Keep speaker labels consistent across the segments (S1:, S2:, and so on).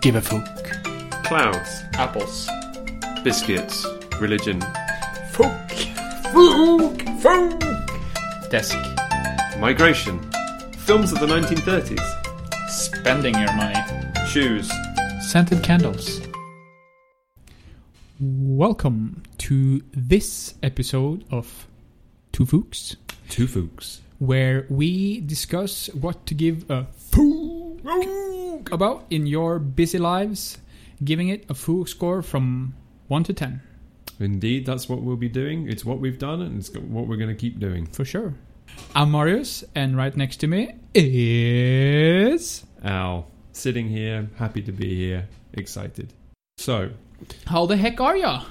S1: Give a fuck.
S2: Clouds,
S3: Apples.
S2: biscuits, religion,
S3: Folk. Folk. Folk. Desk.
S2: migration, films of the 1930s,
S3: Spending your money.
S2: shoes.
S1: Scented candles. Welcome to this episode of Two Fooks,
S4: Two Fooks.
S1: where we discuss what to give a fook about in your busy lives, giving it a fook score from 1 to 10,
S4: Indeed, that's what we'll be doing. It's what we've done, and it's what we're going to keep doing.
S1: for sure. I'm Marius, and right next to me is.
S4: Ow. Sitting here, happy to be here, excited. So,
S1: How the heck are ya?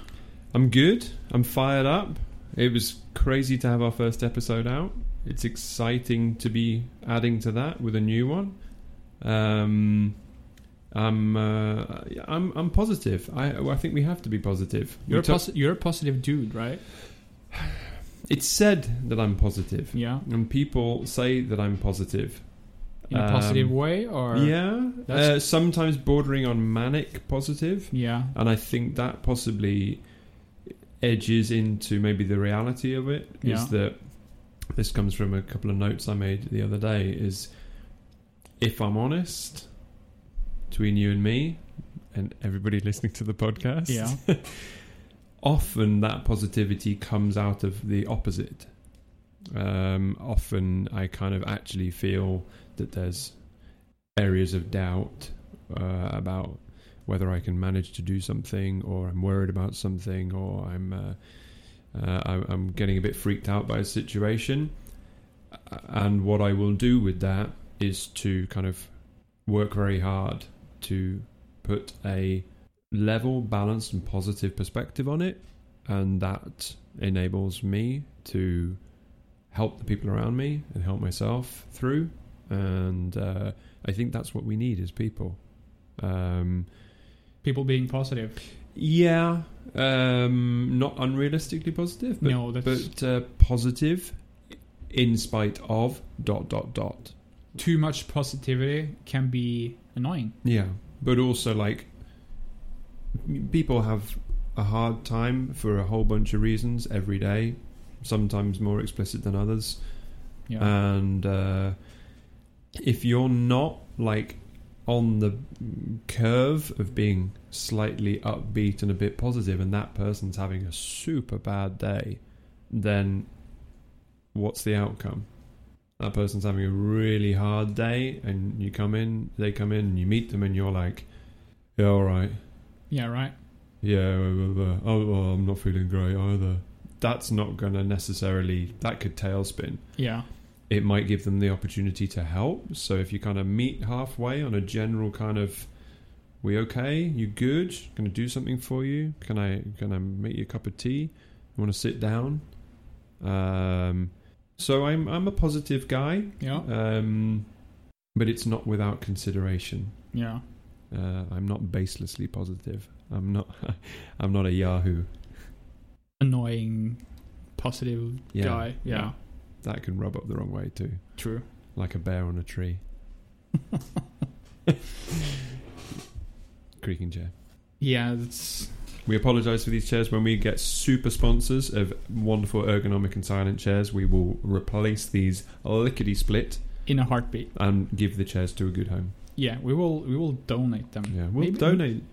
S4: I'm good. I'm fired up. It was crazy to have our first episode out. It's exciting to be adding to that with a new one. Um, I'm, uh, I'm, I'm positive. I, I think we have to be positive.
S1: You're, a
S4: We ta-
S1: posi- you're a positive dude, right?
S4: it's said that I'm positive,
S1: Yeah.
S4: and people say that I'm positive.
S1: In a
S4: Um,
S1: positive way, or
S4: Yeah,
S1: That's-
S4: uh, sometimes bordering on manic positive,
S1: yeah,
S4: and I think that possibly edges into maybe the reality of it. Is
S1: Yeah.
S4: that this comes from a couple of notes I made the other day? Is if I'm honest, between you and me, and everybody listening to the podcast,
S1: yeah.
S4: often that positivity comes out of the opposite. Um, often I kind of actually feel that there's areas of doubt uh, about whether I can manage to do something, or I'm worried about something, or I'm uh, uh, I- I'm getting a bit freaked out by a situation. And what I will do with that is to kind of work very hard to put a level, balanced, and positive perspective on it, and that enables me to help the people around me and help myself through. And uh, I think that's what we need as people. Um,
S1: People being positive.
S4: yeah, um, not unrealistically positive, but,
S1: no, that's
S4: but uh, positive in spite of dot dot dot.
S1: too much positivity can be annoying.
S4: Yeah, but also like m- people have a hard time for a whole bunch of reasons every day, sometimes more explicit than others.
S1: Yeah,
S4: And uh, if you're not like on the mm, curve of being slightly upbeat and a bit positive, and that person's having a super bad day, then what's the outcome? That person's having a really hard day, and you come in, they come in, and you meet them, and you're like, "Yeah, all right,
S1: yeah, right.
S4: yeah, blah, blah, blah. oh, well, I'm not feeling great either." That's not going to necessarily. That could tailspin
S1: Yeah,
S4: it might give them the opportunity to help. So if you kind of meet halfway on a general kind of, we okay? You good? Can I do something for you? Can I can I make you a cup of tea? You want to sit down? Um, so I'm I'm a positive guy,
S1: yeah,
S4: um, but it's not without consideration.
S1: yeah.
S4: Uh, I'm not baselessly positive. I'm not I'm not a Yahoo
S1: Annoying, positive
S4: Yeah,
S1: guy. Yeah,
S4: yeah. that can rub up the wrong way too,
S1: true.
S4: like a bear on a tree. Creaking chair.
S1: Yeah, that's
S4: We apologise for these chairs. When we get super sponsors of wonderful ergonomic and silent chairs, we will replace these lickety split
S1: in a heartbeat.
S4: and give the chairs to a good home.
S1: Yeah, we will we will donate them.
S4: Yeah, we'll
S1: Maybe-
S4: donate.
S1: maybe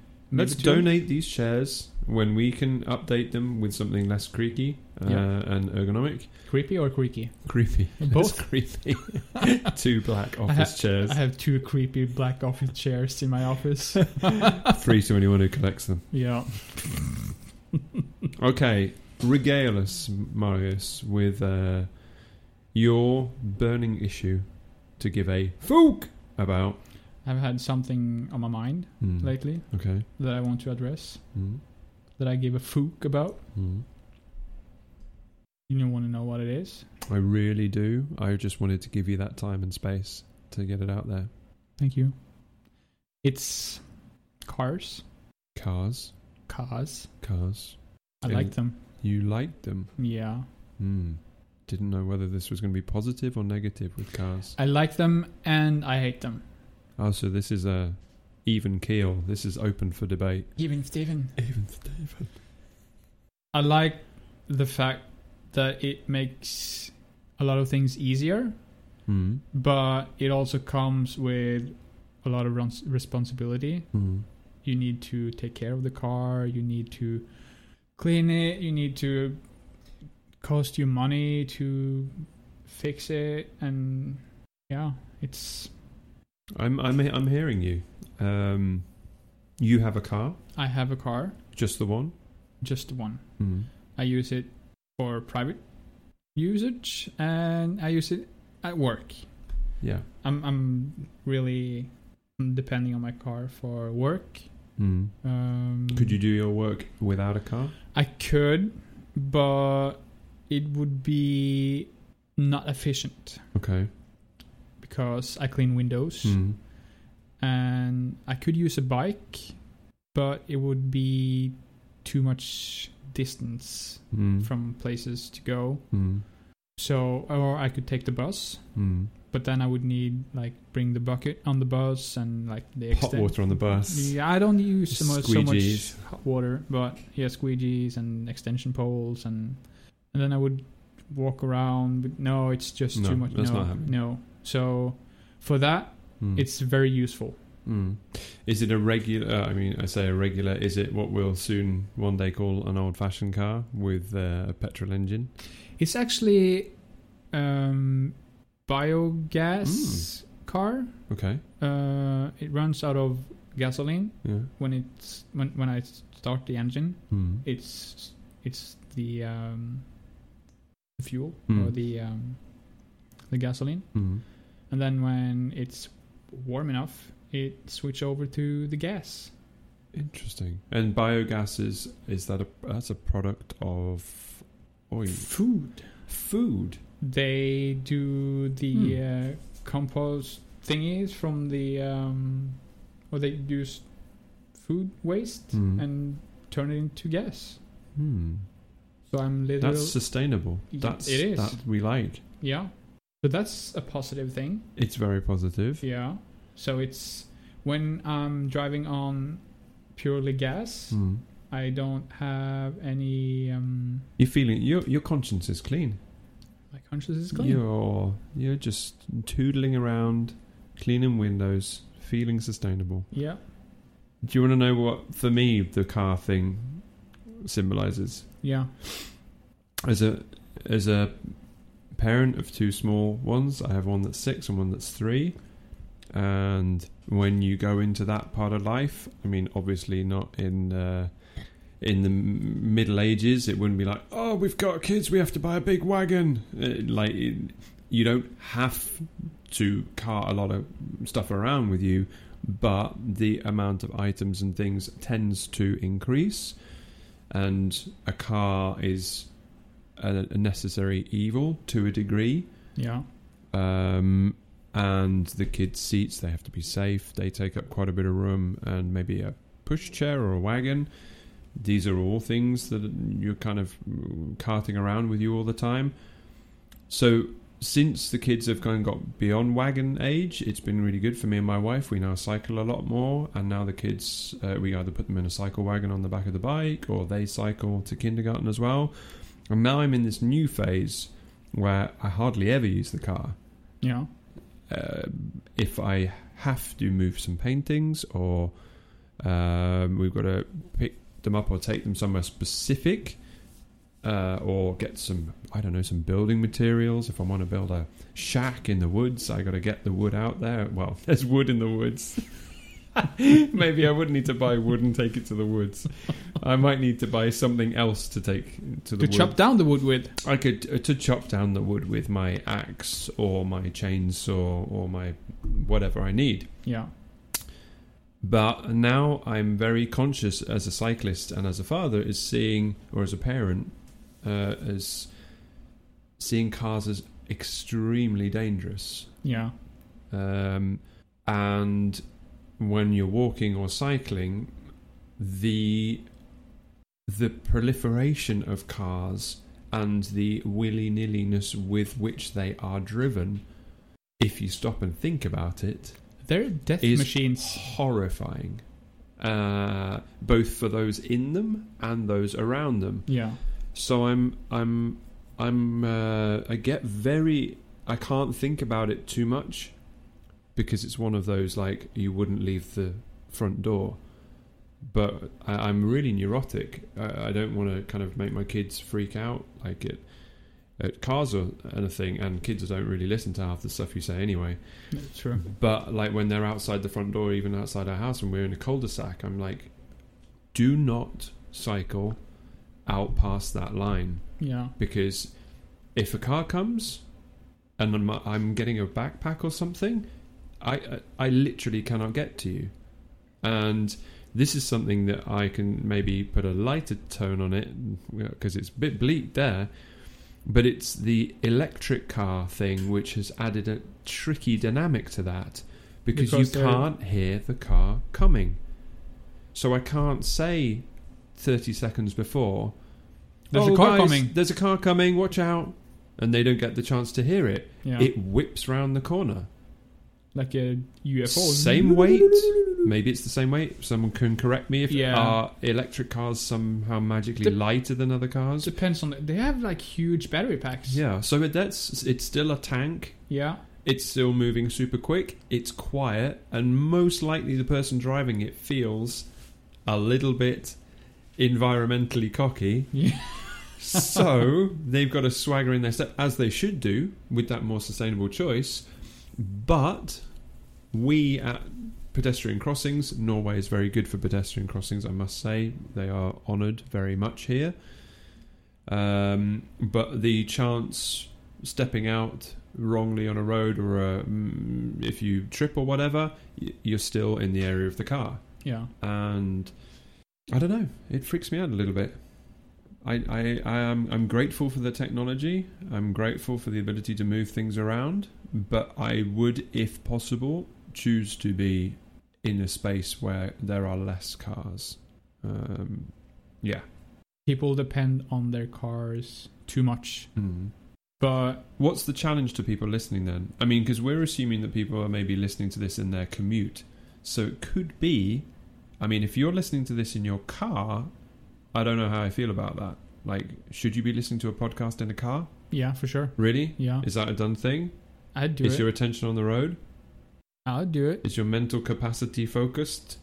S4: Let's
S1: two.
S4: donate these chairs when we can update them with something less creaky uh,
S1: Yeah.
S4: and ergonomic.
S1: Creepy or creaky?
S4: Creepy.
S1: Both.
S4: Less creepy. Two black office chairs.
S1: I have two creepy black office chairs in my office.
S4: Three to anyone who collects them.
S1: yeah,
S4: Okay, regale us, Marius, with uh, your burning issue to give a fook about.
S1: I've had something on my mind
S4: Mm,
S1: lately
S4: Okay.
S1: that I want to address
S4: Mm,
S1: that I gave a fook about.
S4: mm.
S1: You don't want to know what it is.
S4: I really do. I just wanted to give you that time and space to get it out there.
S1: Thank you. It's cars.
S4: Cars,
S1: Cars.
S4: cars.
S1: I
S4: Yeah.
S1: like them.
S4: You liked them.
S1: Yeah.
S4: Mm. Didn't know whether this was going to be positive or negative with cars.
S1: I like them and I hate them.
S4: Oh, so this is a even keel. This is open for debate.
S1: Even Steven.
S4: Even Steven.
S1: I like the fact that it makes a lot of things easier,
S4: Hmm.
S1: but it also comes with a lot of rons- responsibility.
S4: Hmm.
S1: you need to take care of the car you need to clean it you need to cost you money to fix it and yeah it's
S4: I'm I'm he- I'm hearing you. Um, you have a car,
S1: i have a car
S4: just the one.
S1: just one
S4: Hmm.
S1: i use it for private usage and i use it at work
S4: Yeah.
S1: i'm i'm really depending on my car for work
S4: Hmm.
S1: um
S4: Could you do your work without a car?
S1: I could, but it would be not efficient
S4: Okay.
S1: because I clean windows
S4: Hmm.
S1: and I could use a bike, but it would be too much distance
S4: Hmm.
S1: from places to go.
S4: Hmm.
S1: So, or I could take the bus,
S4: Hmm.
S1: but then I would need like bring the bucket on the bus and like the
S4: Hot
S1: extent-
S4: water on the bus.
S1: Yeah, I don't use so much, so much
S4: Squeegees.
S1: hot water, but yeah, squeegees and extension poles, and and then I would walk around. But no, it's just
S4: No,
S1: too much.
S4: that's
S1: no,
S4: not happening.
S1: no. So for that,
S4: Hmm.
S1: it's very useful.
S4: Mm. Is it a regular? uh, I mean, I say a regular. Is it what we'll soon one day call an old-fashioned car with uh, a petrol engine?
S1: It's actually um, biogas car.
S4: Okay.
S1: Uh, it runs out of gasoline
S4: Yeah.
S1: when it's when when I start the engine.
S4: Mm.
S1: It's it's the um, fuel
S4: Hmm.
S1: or the um, the gasoline.
S4: Mm.
S1: and then when it's warm enough it switch over to the gas
S4: Interesting. And biogas is is that a that's a product of oil
S1: food
S4: food?
S1: they do the uh, compost thingies from the um or they use food waste
S4: Hmm.
S1: and turn it into gas
S4: Hmm.
S1: so i'm literally
S4: That's sustainable.
S1: It
S4: That's
S1: is.
S4: that we like.
S1: yeah so that's a positive thing
S4: It's very positive.
S1: yeah so it's when i'm driving on purely gas
S4: Mm.
S1: i don't have any um
S4: You're feeling your your conscience is clean.
S1: my conscience is clean
S4: You're you're just toodling around, cleaning windows, feeling sustainable.
S1: yeah
S4: Do you want to know what, for me, the car thing symbolizes?
S1: Yeah.
S4: As a as a parent of two small ones, I have one that's six and one that's three. And when you go into that part of life, I mean, obviously not in uh, in the m- Middle Ages, it wouldn't be like, oh, we've got kids, we have to buy a big wagon. Uh, like, it, you don't have to cart a lot of stuff around with you, but the amount of items and things tends to increase, and a car is a, a necessary evil to a degree.
S1: Yeah.
S4: Um, and the kids' seats, they have to be safe, they take up quite a bit of room, and maybe a push chair or a wagon. These are all things that you're kind of carting around with you all the time. So since the kids have kind of got beyond wagon age, it's been really good for me and my wife. We now cycle a lot more, and now the kids, uh, we either put them in a cycle wagon on the back of the bike, or they cycle to kindergarten as well. And now I'm in this new phase where I hardly ever use the car.
S1: Yeah.
S4: Uh, if I have to move some paintings, or um, we've got to pick them up or take them somewhere specific, uh, or get some, I don't know, some building materials. If I want to build a shack in the woods, I got to get the wood out there. Well, there's wood in the woods. Maybe I would need to buy wood and take it to the woods. I might need to buy something else to take to the
S1: To
S4: woods.
S1: chop down the wood with.
S4: I could uh, to chop down the wood with my axe or my chainsaw or my whatever I need.
S1: Yeah.
S4: But now I'm very conscious as a cyclist and as a father is seeing or as a parent uh, as seeing cars as extremely dangerous.
S1: Yeah.
S4: Um, and when you're walking or cycling, the the proliferation of cars and the willy nilliness with which they are driven, if you stop and think about it,
S1: They're death
S4: Is-
S1: machines.
S4: horrifying, uh, both for those in them and those around them.
S1: Yeah.
S4: So I'm I'm I'm uh, I get very I can't think about it too much because it's one of those like you wouldn't leave the front door. But I, I'm really neurotic. I, I don't want to kind of make my kids freak out like it at cars or anything. And kids don't really listen to half the stuff you say anyway.
S1: That's true.
S4: But like when they're outside the front door, even outside our house, and we're in a cul-de-sac, I'm like, do not cycle out past that line
S1: Yeah.
S4: because if a car comes and I'm, I'm getting a backpack or something, I, I I literally cannot get to you. And this is something that I can maybe put a lighter tone on it because it's a bit bleak there. But it's the electric car thing which has added a tricky dynamic to that because,
S1: Because
S4: you
S1: they're-
S4: can't hear the car coming. So I can't say 30 seconds before,
S1: There's a
S4: "Oh,
S1: car
S4: guys,
S1: coming."
S4: There's a car coming, watch out. And they don't get the chance to hear it.
S1: Yeah.
S4: It whips round the corner.
S1: like a UFO.
S4: Same weight. Maybe it's the same weight. Someone can correct me if
S1: Yeah.
S4: are electric cars somehow magically
S1: Dep-
S4: lighter than other cars.
S1: Depends on. The, they have like huge battery packs.
S4: yeah, so it, that's it's still a tank.
S1: Yeah.
S4: It's still moving super quick. It's quiet, and most likely the person driving it feels a little bit environmentally cocky.
S1: Yeah.
S4: so they've got a swagger in their step, as they should do with that more sustainable choice. But we at pedestrian crossings, Norway is very good for pedestrian crossings, I must say. They are honoured very much here. Um, but the chance stepping out wrongly on a road or a, mm, if you trip or whatever, y- you're still in the area of the car
S1: Yeah.
S4: and I don't know. It freaks me out a little bit. I I, I am I'm grateful for the technology. I'm grateful for the ability to move things around, but I would, if possible, choose to be in a space where there are less cars. Um, yeah.
S1: People depend on their cars too much, but
S4: What's the challenge to people listening then? I mean, because we're assuming that people are maybe listening to this in their commute. So it could be, I mean, if you're listening to this in your car, I don't know how I feel about that. Like, should you be listening to a podcast in a car?
S1: yeah, for sure.
S4: Really?
S1: Yeah,
S4: Is that a done thing?
S1: I'd do
S4: Is
S1: it.
S4: your attention on the road?
S1: I'd do it.
S4: Is your mental capacity focused?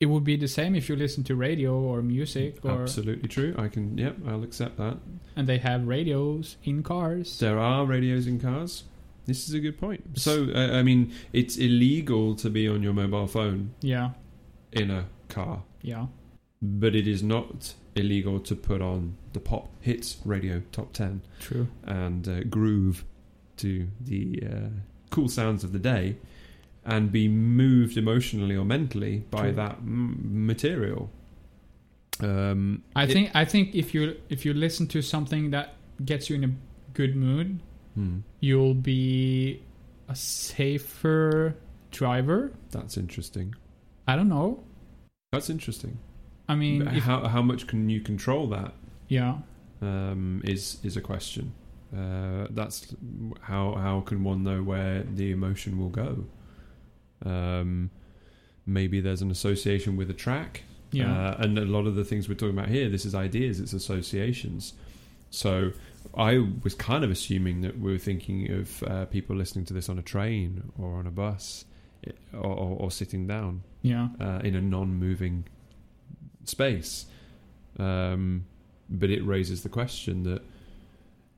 S1: It would be the same if you listen to radio or music, or
S4: Absolutely true. I can, yep, I'll accept that.
S1: and they have radios in cars.
S4: There are radios in cars. This is a good point. So, uh, I mean, it's illegal to be on your mobile phone
S1: yeah,
S4: in a car.
S1: yeah,
S4: but it is not illegal to put on the pop hits radio top 10
S1: true.
S4: and uh, groove to the uh, cool sounds of the day and be moved emotionally or mentally by
S1: True.
S4: that m- material um,
S1: I
S4: It-
S1: think I think if you if you listen to something that gets you in a good mood,
S4: hmm,
S1: you'll be a safer driver.
S4: that's interesting
S1: I don't know.
S4: that's interesting
S1: I mean,
S4: But
S1: if,
S4: how, how much can you control that
S1: yeah,
S4: um, is is a question uh, that's how how can one know where the emotion will go um, maybe there's an association with a track
S1: yeah,
S4: Uh, and a lot of the things we're talking about here, this is ideas, it's associations. So I was kind of assuming that we were thinking of uh, people listening to this on a train or on a bus eh, or, or, or sitting down
S1: yeah.
S4: uh, in a non moving space. Um, but it raises the question that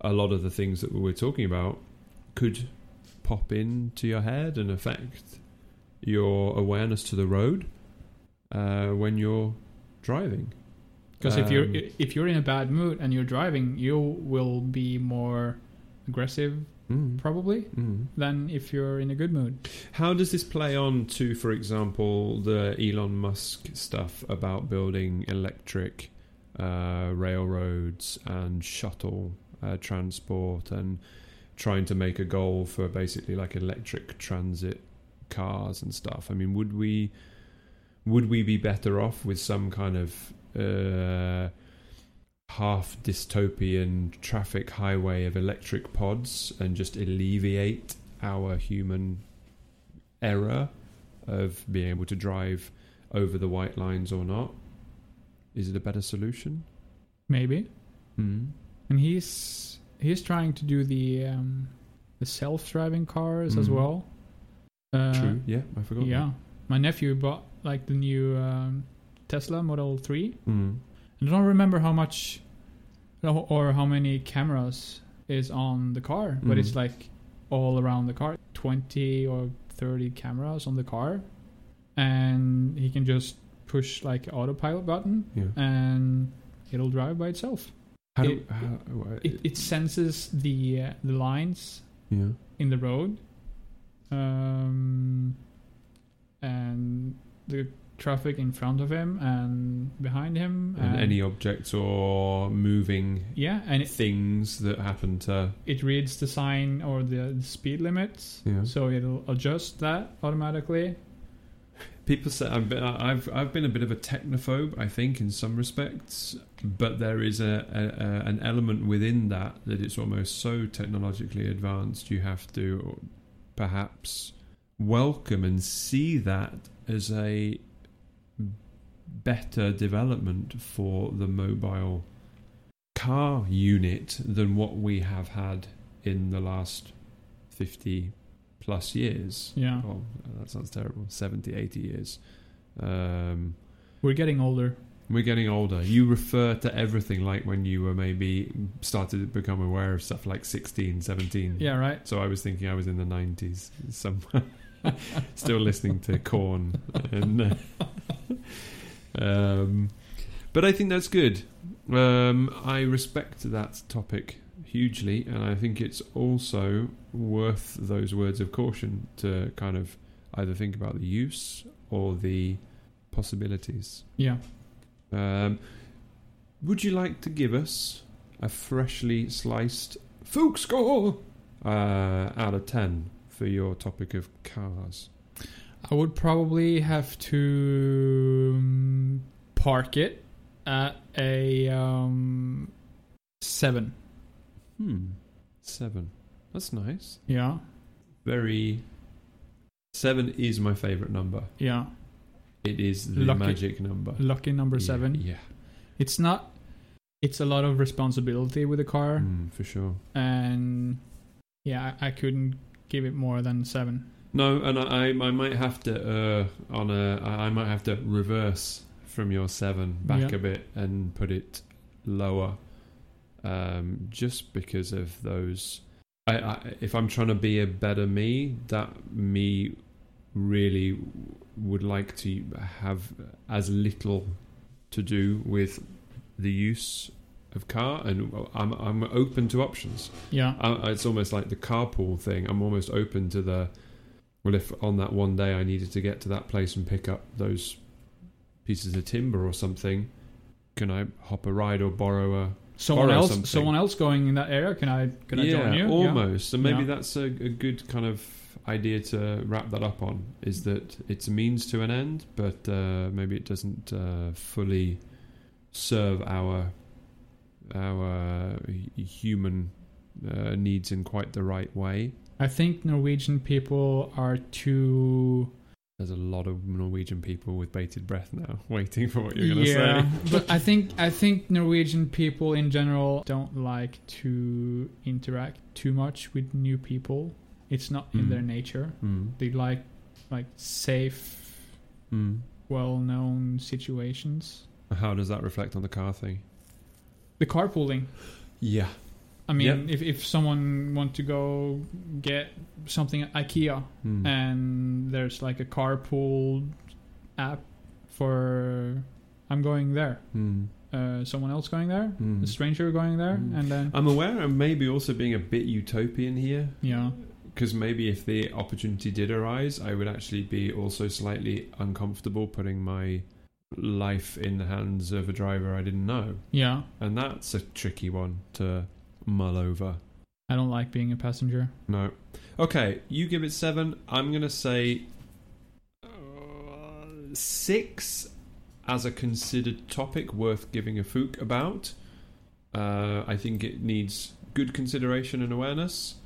S4: a lot of the things that we're talking about could pop into your head and affect your awareness to the road uh, when you're driving.
S1: Because if you're
S4: Um,
S1: if you're in a bad mood and you're driving, you will be more aggressive
S4: Mm,
S1: probably
S4: mm.
S1: than if you're in a good mood.
S4: How does this play on to, for example, the Elon Musk stuff about building electric uh, railroads and shuttle uh, transport and trying to make a goal for basically like electric transit cars and stuff? I mean, would we would we be better off with some kind of uh, half dystopian traffic highway of electric pods and just alleviate our human error of being able to drive over the white lines or not? Is it a better solution?
S1: maybe.
S4: Hmm.
S1: And he's he's trying to do the um, the self-driving cars as
S4: Mhm.
S1: well. Uh,
S4: True. Yeah, I forgot. that.
S1: Yeah, my nephew bought like the new um, Tesla Model Three.
S4: Hmm.
S1: I don't remember how much or or how many cameras is on the car, but
S4: Mhm.
S1: it's like all around the car 20 or 30 cameras on the car. And he can just push like autopilot button
S4: Yeah.
S1: and it'll drive by itself.
S4: How do,
S1: It-
S4: how, wha-
S1: It, it senses the, uh, the lines
S4: yeah.
S1: in the road um, and the traffic in front of him and behind him
S4: And any objects or moving
S1: yeah and it,
S4: things that happen to
S1: it reads the sign or the, the speed limits
S4: Yeah.
S1: so it'll adjust that automatically
S4: people say I've been, I've I've been a bit of a technophobe I think in some respects but there is a, a, a an element within that that it's almost so technologically advanced you have to perhaps welcome and see that as a better development for the mobile car unit than what we have had in the last 50 plus years
S1: yeah
S4: oh that sounds terrible 70 80 years um
S1: we're getting older
S4: we're getting older you refer to everything like when you were maybe started to become aware of stuff like 16 17
S1: yeah right
S4: so i was thinking i was in the 90s somewhere still listening to corn and uh, um but i think that's good um i respect that topic hugely and i think it's also worth those words of caution to kind of either think about the use or the possibilities
S1: yeah
S4: um, would you like to give us a freshly sliced folk score uh, out of 10 for your topic of cars?
S1: i would probably have to um, park it at a um, seven
S4: Hmm. Seven. That's nice.
S1: yeah
S4: Very. Seven is my favourite number.
S1: yeah
S4: It is the
S1: Lucky.
S4: magic number.
S1: lucky number seven
S4: Yeah.
S1: it's not it's a lot of responsibility with the
S4: yeah.
S1: car
S4: Hmm, for sure.
S1: and yeah I, I couldn't give it more than seven
S4: No, and I, I I might have to uh, on a I I might have to reverse from your seven back
S1: Yeah.
S4: a bit and put it lower, um, just because of those. I, I if I'm trying to be a better me, that me really would like to have as little to do with the use of car, and I'm I'm open to options.
S1: yeah
S4: I, it's almost like the carpool thing. I'm almost open to the well, if on that one day I needed to get to that place and pick up those pieces of timber or something, can I hop a ride or borrow a?
S1: someone
S4: Borrow
S1: else
S4: something.
S1: someone else going in that area can i can i
S4: yeah,
S1: join you
S4: almost. And maybe
S1: Yeah.
S4: that's a, a good kind of idea to wrap that up on.
S1: Mm.
S4: Is that it's a means to an end, but uh, maybe it doesn't uh, fully serve our our uh, human uh, needs in quite the right way.
S1: yeah i think norwegian people are too
S4: There's a lot of Norwegian people with bated breath now, waiting for what you're going to
S1: yeah
S4: say.
S1: but i think i think norwegian people in general don't like to interact too much with new people it's not in
S4: Mm.
S1: their nature
S4: Mm.
S1: they like like safe
S4: Mm.
S1: well-known situations
S4: How does that reflect on the car thing?
S1: the carpooling
S4: Yeah.
S1: I mean,
S4: Yep.
S1: if, if someone want to go get something at IKEA
S4: Mm.
S1: Uh, and there's like a carpool app for I'm going there,
S4: Mm.
S1: uh, someone else going there,
S4: Mm.
S1: a stranger going there,
S4: Mm.
S1: and then
S4: I'm aware I'm maybe also being a bit utopian here.
S1: yeah,
S4: Because maybe if the opportunity did arise, I would actually be also slightly uncomfortable putting my life in the hands of a driver I didn't know.
S1: yeah.
S4: And that's a tricky one to mull over.
S1: I don't like being a passenger.
S4: No. Okay, you give it seven. I'm gonna say uh, six as a considered topic worth giving a fook about. Uh, I think it needs good consideration and awareness,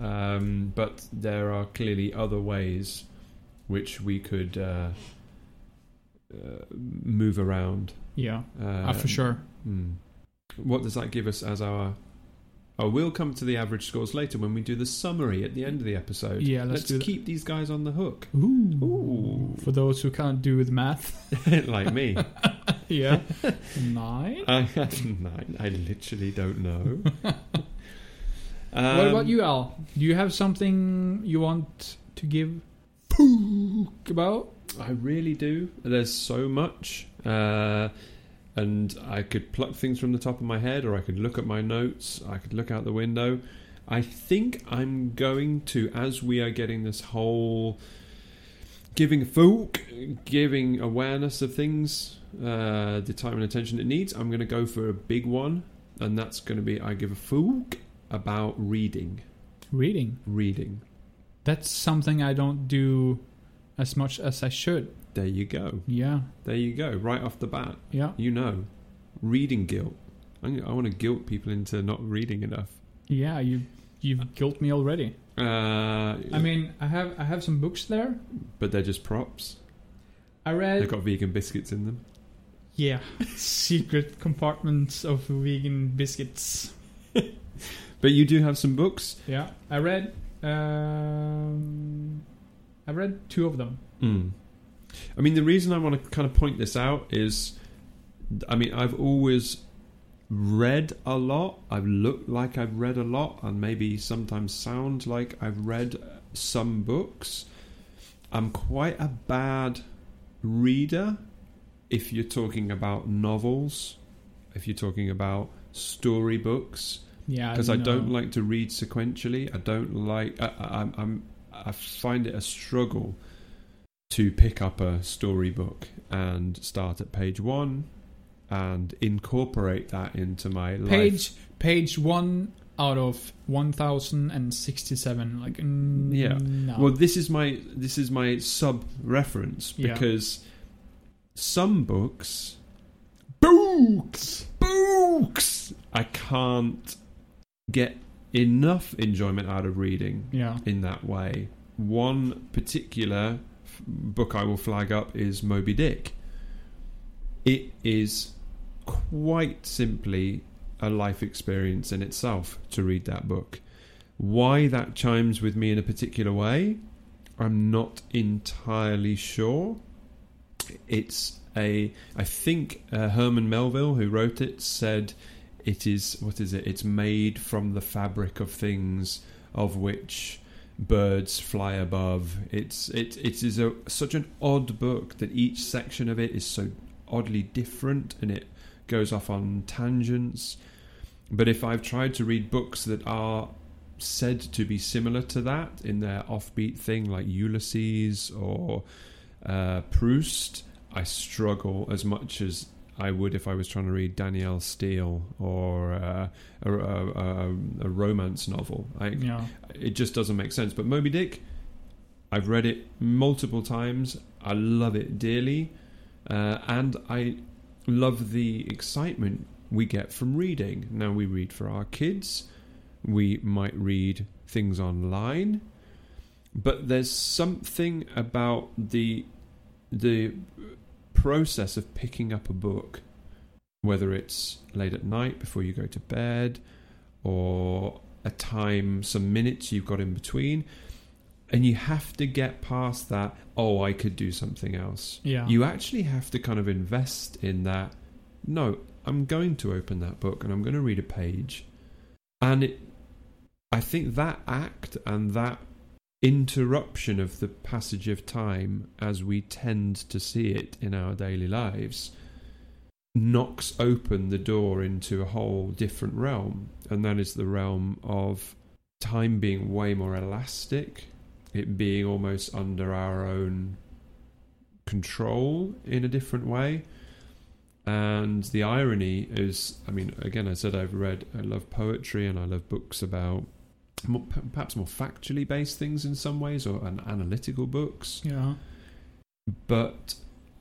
S4: um, but there are clearly other ways which we could uh, uh, move around.
S1: Yeah,
S4: Uh,
S1: uh, for sure.
S4: Hmm. What does that give us as our? Oh, we'll come to the average scores later when we do the summary at the end of the episode.
S1: Yeah, let's do that.
S4: keep these guys on the hook,
S1: Ooh.
S4: Ooh.
S1: For those who can't do the math.
S4: like me.
S1: yeah. Nine.
S4: I, I, I literally don't know.
S1: what
S4: Um,
S1: about you, Al? Do you have something you want to give Fook about?
S4: I really do. There's so much, uh, and I could pluck things from the top of my head, or I could look at my notes. I could look out the window. I think I'm going to, as we are getting this whole giving folk, giving awareness of things, uh, the time and attention it needs. I'm going to go for a big one, and that's going to be I give a folk about reading.
S1: Reading.
S4: Reading.
S1: That's something I don't do as much as I should.
S4: There you go.
S1: Yeah.
S4: There you go. Right off the bat.
S1: Yeah.
S4: You know, reading guilt. I'm, I want to guilt people into not reading enough.
S1: Yeah. You you've guilt me already.
S4: Uh,
S1: I mean, I have I have some books there.
S4: but they're just props.
S1: I read.
S4: They've got vegan biscuits in them.
S1: Yeah. Secret compartments of vegan biscuits.
S4: But you do have some books.
S1: Yeah. I read. Um, I read two of them.
S4: Mm. I mean, the reason I want to kind of point this out is, I mean, I've always read a lot. I've looked like I've read a lot, and maybe sometimes sound like I've read some books. I'm quite a bad reader if you're talking about novels, if you're talking about storybooks
S1: Yeah. uh,
S4: because I
S1: no.
S4: don't like to read sequentially. I don't like. I, I, I'm- I'm. I find it a struggle to pick up a storybook and start at page one and incorporate that into my life.
S1: Page page one out of one thousand and sixty seven. Like mm,
S4: Yeah.
S1: no.
S4: Well, this is my this is my sub reference
S1: Yeah.
S4: because some books,
S1: books.
S4: books, I can't get enough enjoyment out of reading.
S1: Yeah.
S4: in that way. One particular f- book I will flag up is Moby Dick. It is quite simply a life experience in itself to read that book. Why that chimes with me in a particular way, I'm not entirely sure. It's a, I think uh, Herman Melville, who wrote it, said it is, what is it? It's made from the fabric of things of which birds fly above. It's it it is a such an odd book that each section of it is so oddly different and it goes off on tangents. But if I've tried to read books that are said to be similar to that in their offbeat thing, like Ulysses or uh, Proust, I struggle as much as I would if I was trying to read Danielle Steele or uh, a, a, a, a romance novel. I,
S1: Yeah.
S4: it just doesn't make sense. But Moby Dick, I've read it multiple times. I love it dearly, uh, and I love the excitement we get from reading. Now we read for our kids. We might read things online, but there's something about the the process of picking up a book, whether it's late at night before you go to bed, or a time, some minutes you've got in between, and you have to get past that. Oh, I could do something else.
S1: Yeah.
S4: You actually have to kind of invest in that. No, I'm going to open that book and I'm going to read a page, and it. I think that act and that interruption of the passage of time as we tend to see it in our daily lives knocks open the door into a whole different realm, and that is the realm of time being way more elastic, it being almost under our own control in a different way. And the irony is, I mean, again, I said I've read, I love poetry and I love books about more, perhaps more factually based things in some ways or an analytical books
S1: Yeah.
S4: but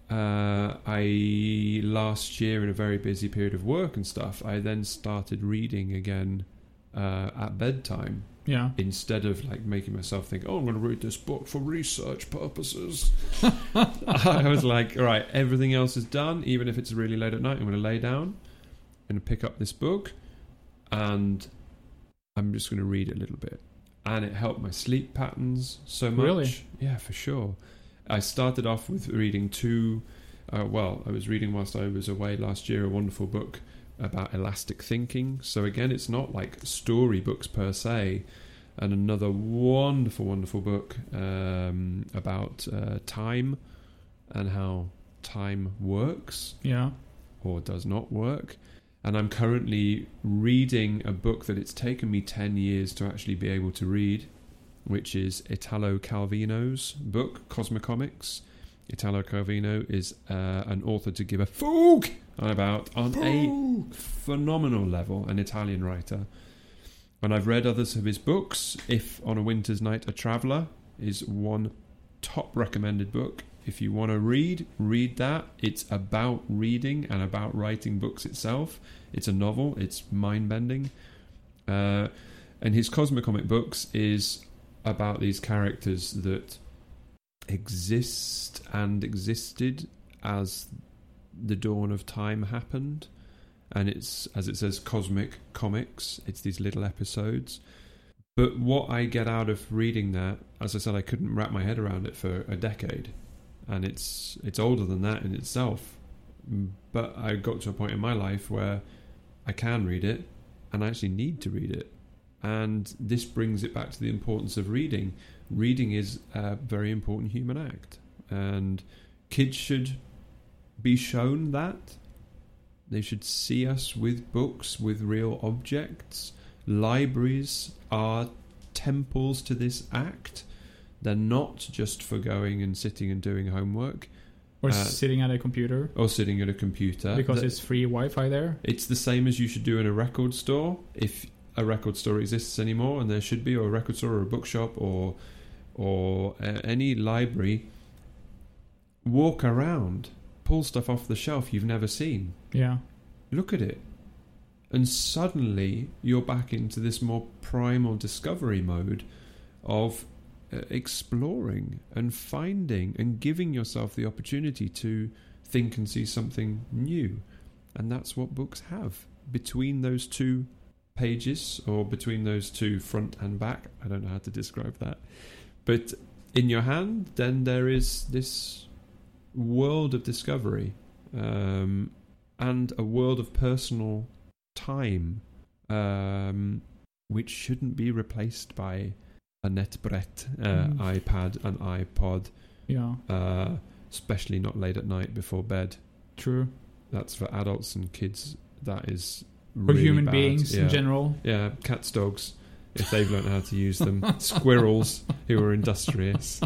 S4: uh, I last year in a very busy period of work and stuff, I then started reading again uh, at bedtime
S1: Yeah.
S4: instead of like making myself think, oh, I'm going to read this book for research purposes, I was like, all right, everything else is done, even if it's really late at night. I'm going to lay down and pick up this book and I'm just going to read a little bit. And it helped my sleep patterns so much.
S1: Really?
S4: Yeah, for sure. I started off with reading two. Uh, well, I was reading whilst I was away last year a wonderful book about elastic thinking. So, again, it's not like storybooks per se, and another wonderful, wonderful book um, about uh, time and how time works
S1: Yeah.
S4: or does not work. And I'm currently reading a book that it's taken me 10 years to actually be able to read, which is Italo Calvino's book, Cosmocomics. Italo Calvino is uh, an author to give a fuck about on a phenomenal level, an Italian writer. And I've read others of his books. If on a winter's night, a traveller is one top recommended book. If you want to read, read that. It's about reading and about writing books itself. It's a novel. It's mind bending. Uh, and his Cosmocomic books is about these characters that exist and existed as the dawn of time happened. And it's, as it says, cosmic comics. It's these little episodes. But what I get out of reading that, as I said, I couldn't wrap my head around it for a decade, and it's it's older than that in itself. But I got to a point in my life where I can read it, and I actually need to read it, and this brings it back to the importance of reading. Reading is a very important human act, and kids should be shown that. They should see us with books, with real objects libraries are temples to this act. They're not just for going and sitting and doing homework
S1: Or
S4: Uh,
S1: sitting at a computer
S4: or sitting at a computer.
S1: because
S4: Th-
S1: it's free Wi-Fi there.
S4: it's the same as you should do in a record store if a record store exists anymore, and there should be, or a record store, or a bookshop, or or uh, any library. Walk around, pull stuff off the shelf you've never seen
S1: Yeah.
S4: look at it. And suddenly you're back into this more primal discovery mode of uh, exploring and finding and giving yourself the opportunity to think and see something new. And that's what books have. Between those two pages or between those two front and back, I don't know how to describe that. But in your hand, then there is this world of discovery. Um, and a world of personal time, um, which shouldn't be replaced by a netbrett, uh,
S1: Mm.
S4: iPad, and iPod,
S1: Yeah.
S4: uh, especially not late at night before bed.
S1: True.
S4: That's for adults and kids. That is
S1: For
S4: really
S1: human
S4: bad.
S1: beings
S4: yeah.
S1: in general.
S4: Yeah, cats, dogs, if they've learned how to use them, squirrels who are industrious.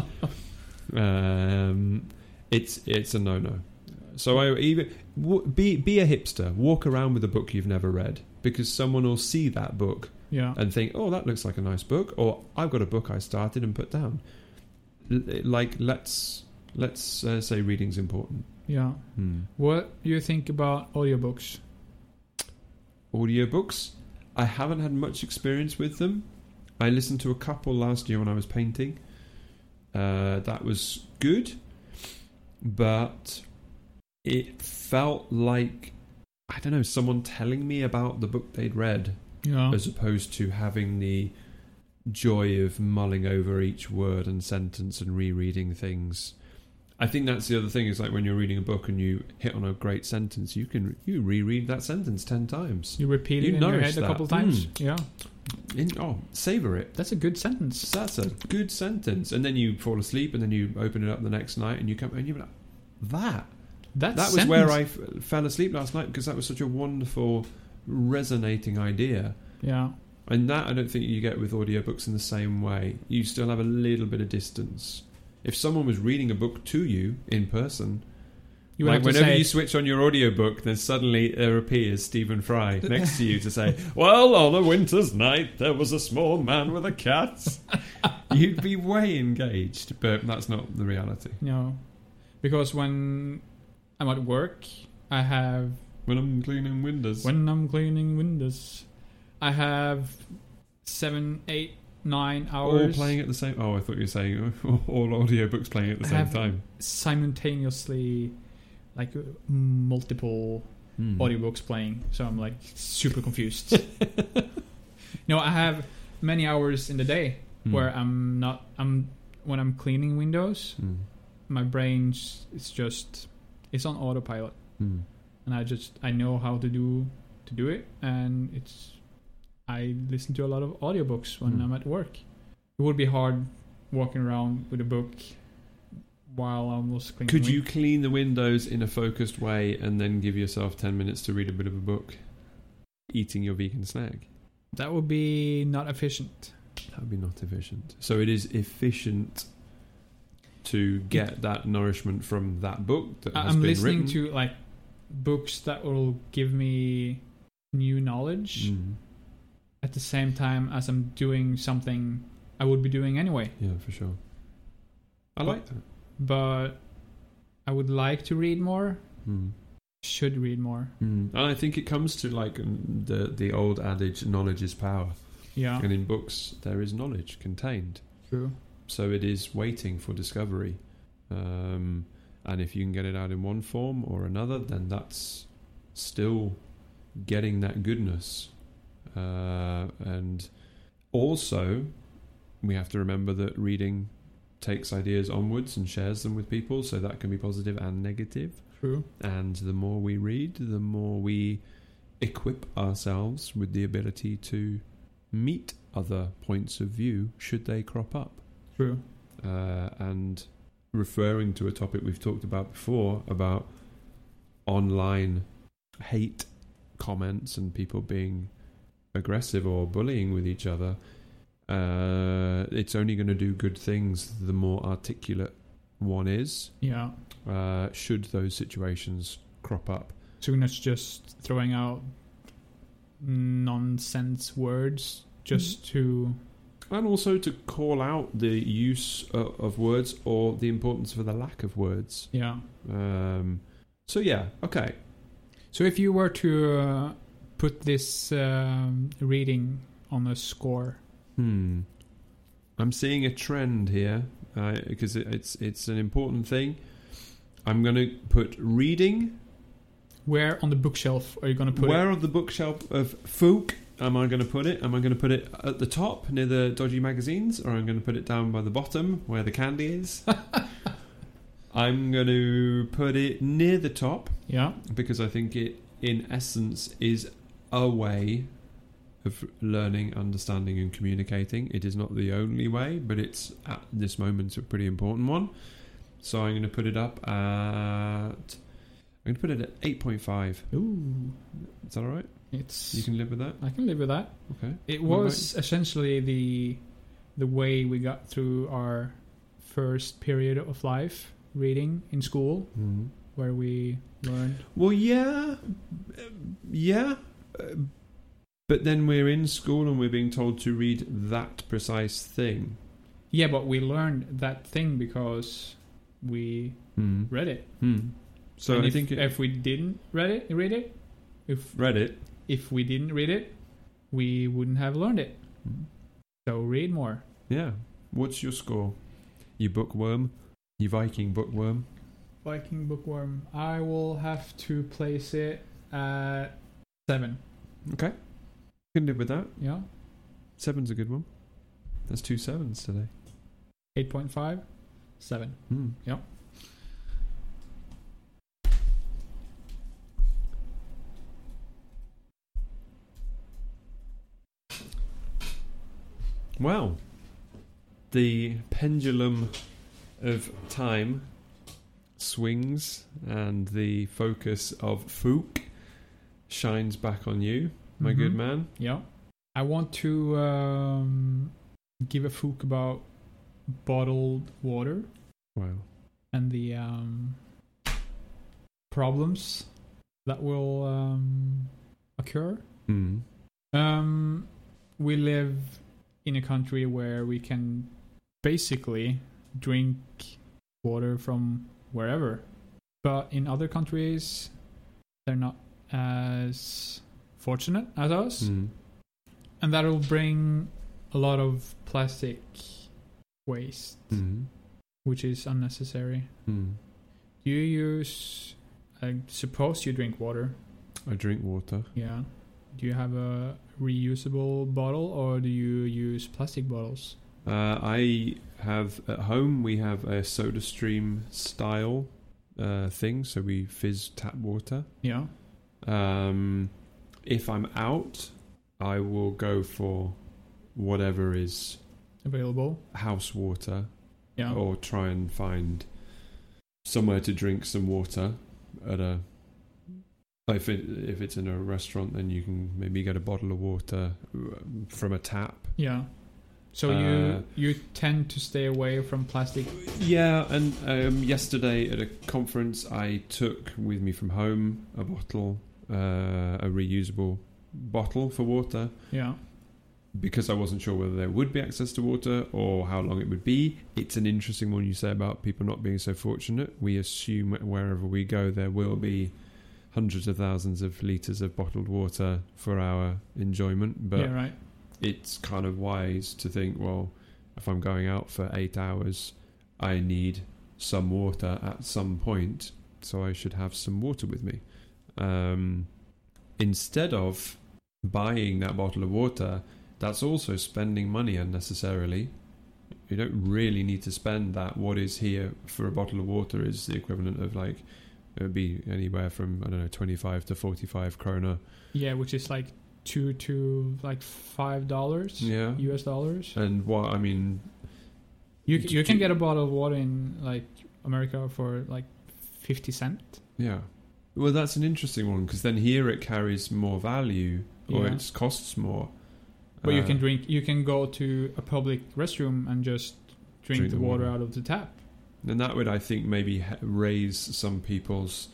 S4: Um, it's it's a no no. So I even w- be be a hipster. Walk around with a book you've never read because someone will see that book
S1: Yeah.
S4: and think, "Oh, that looks like a nice book," or "I've got a book I started and put down." L- like let's let's uh, say reading's important.
S1: Yeah.
S4: Hmm.
S1: What do you think about audiobooks?
S4: audiobooks. I haven't had much experience with them. I listened to a couple last year when I was painting. Uh, that was good, but it felt like I don't know someone telling me about the book they'd read
S1: Yeah.
S4: as opposed to having the joy of mulling over each word and sentence and rereading things. I think that's the other thing is like when you're reading a book and you hit on a great sentence, you can you reread that sentence ten times.
S1: You repeat it
S4: You
S1: in your
S4: nourish
S1: head a
S4: that. Hmm.
S1: couple times. Yeah.
S4: In, oh, savor it.
S1: That's a good sentence.
S4: So that's a good sentence. And then you fall asleep, and then you open it up the next night, and you come and you're like, that.
S1: That
S4: That was where I f- fell asleep last night because that was such a wonderful, resonating idea.
S1: Yeah.
S4: And that I don't think you get with audiobooks in the same way. You still have a little bit of distance. If someone was reading a book to you in person,
S1: You
S4: like
S1: have to
S4: whenever
S1: say,
S4: you switch on your audiobook, then suddenly there appears Stephen Fry next to you to say, Well, on a winter's night, there was a small man with a cat. You'd be way engaged, but that's not the reality.
S1: no, because when I'm at work, I have
S4: When I'm cleaning windows.
S1: When I'm cleaning windows, I have seven, eight nine
S4: All
S1: hours
S4: playing at the same. Oh, I thought you were saying all audiobooks playing at the same
S1: Have-
S4: time.
S1: simultaneously, like uh, multiple
S4: Hmm.
S1: audiobooks playing. So I'm like super confused. no, I have many hours in the day
S4: Hmm.
S1: where I'm not. I'm when I'm cleaning windows,
S4: Hmm.
S1: my brain's it's just it's on autopilot,
S4: Hmm.
S1: and I just I know how to do to do it, and it's I listen to a lot of audiobooks when
S4: Hmm.
S1: I'm at work. It would be hard walking around with a book while I was cleaning.
S4: Could
S1: win-
S4: you clean the windows in a focused way and then give yourself 10 minutes to read a bit of a book? Eating your vegan snack.
S1: That would be not efficient.
S4: That would be not efficient. So it is efficient to get that nourishment from that book that
S1: I-
S4: has
S1: I'm
S4: been
S1: listening
S4: written.
S1: to like books that will give me new knowledge
S4: Mm.
S1: at the same time as I'm doing something I would be doing anyway.
S4: Yeah, for sure. I like that.
S1: But I would like to read more.
S4: Mm.
S1: Should read more.
S4: Mm. And I think it comes to like um, the the old adage, knowledge is power.
S1: Yeah,
S4: And in books, there is knowledge contained.
S1: true.
S4: so it is waiting for discovery um, and if you can get it out in one form or another then that's still getting that goodness uh, and also we have to remember that reading takes ideas onwards and shares them with people so that can be positive and negative
S1: True.
S4: and the more we read the more we equip ourselves with the ability to meet other points of view should they crop up
S1: True.
S4: uh, and referring to a topic we've talked about before about online hate comments and people being aggressive or bullying with each other. Uh, it's only going to do good things the more articulate one is,
S1: Yeah.
S4: uh, should those situations crop up.
S1: So we're not just throwing out nonsense words just
S4: Mm-hmm.
S1: to
S4: And also to call out the use of, of words or the importance for the lack of words.
S1: yeah.
S4: Um, so, yeah, okay.
S1: So if you were to uh, put this um, reading on a score,
S4: Hmm. I'm seeing a trend here because it, it's it's an important thing. I'm going to put reading.
S1: where on the bookshelf are you going to put
S4: Where on the bookshelf of folk am I going to put it? Am I going to put it at the top near the dodgy magazines, or I'm going to put it down by the bottom where the candy is? I'm going to put it near the top
S1: it? Yeah.
S4: because I think it, in essence, is a way of learning, understanding, and communicating. It is not the only way, but it's at this moment a pretty important one. So I'm going to put it up at. I'm going to put it at 8.5.
S1: Ooh,
S4: Is that all right?
S1: it's.
S4: You can live with that.
S1: I can live with that.
S4: Okay.
S1: It
S4: What about
S1: was essentially the the way we got through our first period of life reading in school,
S4: Mm-hmm.
S1: where we learned.
S4: Well, yeah, uh, yeah. uh, But then we're in school and we're being told to read that precise thing.
S1: Yeah, but we learned that thing because we
S4: Mm.
S1: read it.
S4: So
S1: Mm-hmm. And
S4: I
S1: if,
S4: think it,
S1: if we didn't read it, read it, if
S4: read it.
S1: if we didn't read it, we wouldn't have learned it.
S4: Mm.
S1: So read more.
S4: Yeah. What's your score? You bookworm? You Viking bookworm?
S1: Viking Bookworm. I will have to place it at seven.
S4: Can live with that.
S1: Yeah,
S4: Seven's a good one. That's two sevens today.
S1: eight point five, seven.
S4: Hmm.
S1: Yep.
S4: Well, the pendulum of time swings and the focus of Fook shines back on you, my good
S1: Mhm.
S4: man.
S1: Yeah, I want to um, give a fook about bottled water
S4: Wow.
S1: and the um, problems that will um, occur.
S4: Hmm.
S1: Um, we live in a country where we can basically drink water from wherever, but in other countries, they're not as fortunate as us,
S4: Hmm.
S1: and that'll bring a lot of plastic waste,
S4: Mm.
S1: which is unnecessary.
S4: Mm.
S1: Do you use? I suppose you drink water.
S4: I drink water.
S1: Yeah. Do you have a reusable bottle or do you use plastic bottles?
S4: Uh, I have at home. We have a Soda Stream style uh, thing, so we fizz tap water.
S1: Yeah.
S4: Um, if I'm out, I will go for whatever is
S1: Available.
S4: house water,
S1: Yeah.
S4: or try and find somewhere to drink some water at a. If it, if it's in a restaurant, then you can maybe get a bottle of water uh, from a tap.
S1: Yeah. So
S4: Uh,
S1: you you tend to stay away from plastic.
S4: Yeah, and um, yesterday at a conference, I took with me from home a bottle, uh, a reusable bottle for water,
S1: Yeah.
S4: because I wasn't sure whether there would be access to water or how long it would be. It's an interesting one you say about people not being so fortunate. We assume wherever we go, there will be hundreds of thousands of litres of bottled water for our enjoyment, but
S1: yeah. Right.
S4: it's kind of wise to think, well, if I'm going out for eight hours, I need some water at some point, so I should have some water with me. Um, instead of buying that bottle of water, that's also spending money unnecessarily. You don't really need to spend that. What is here for a bottle of water is the equivalent of like it would be anywhere from I don't know twenty five to forty five krona.
S1: Yeah, which is like two to like five dollars.
S4: Yeah, Uh,
S1: U.S. dollars.
S4: and what I mean
S1: You
S4: d-
S1: you can
S4: do-
S1: get a bottle of water in like America for like fifty cent.
S4: Yeah. Well, that's an interesting one because then here it carries more value or
S1: Yeah.
S4: it costs more.
S1: But you
S4: Oh, Uh,
S1: can drink. You can go to a public restroom and just drink,
S4: Drink
S1: the
S4: the
S1: water
S4: water.
S1: out of the tap.
S4: And that would, I think, maybe ha- raise some people's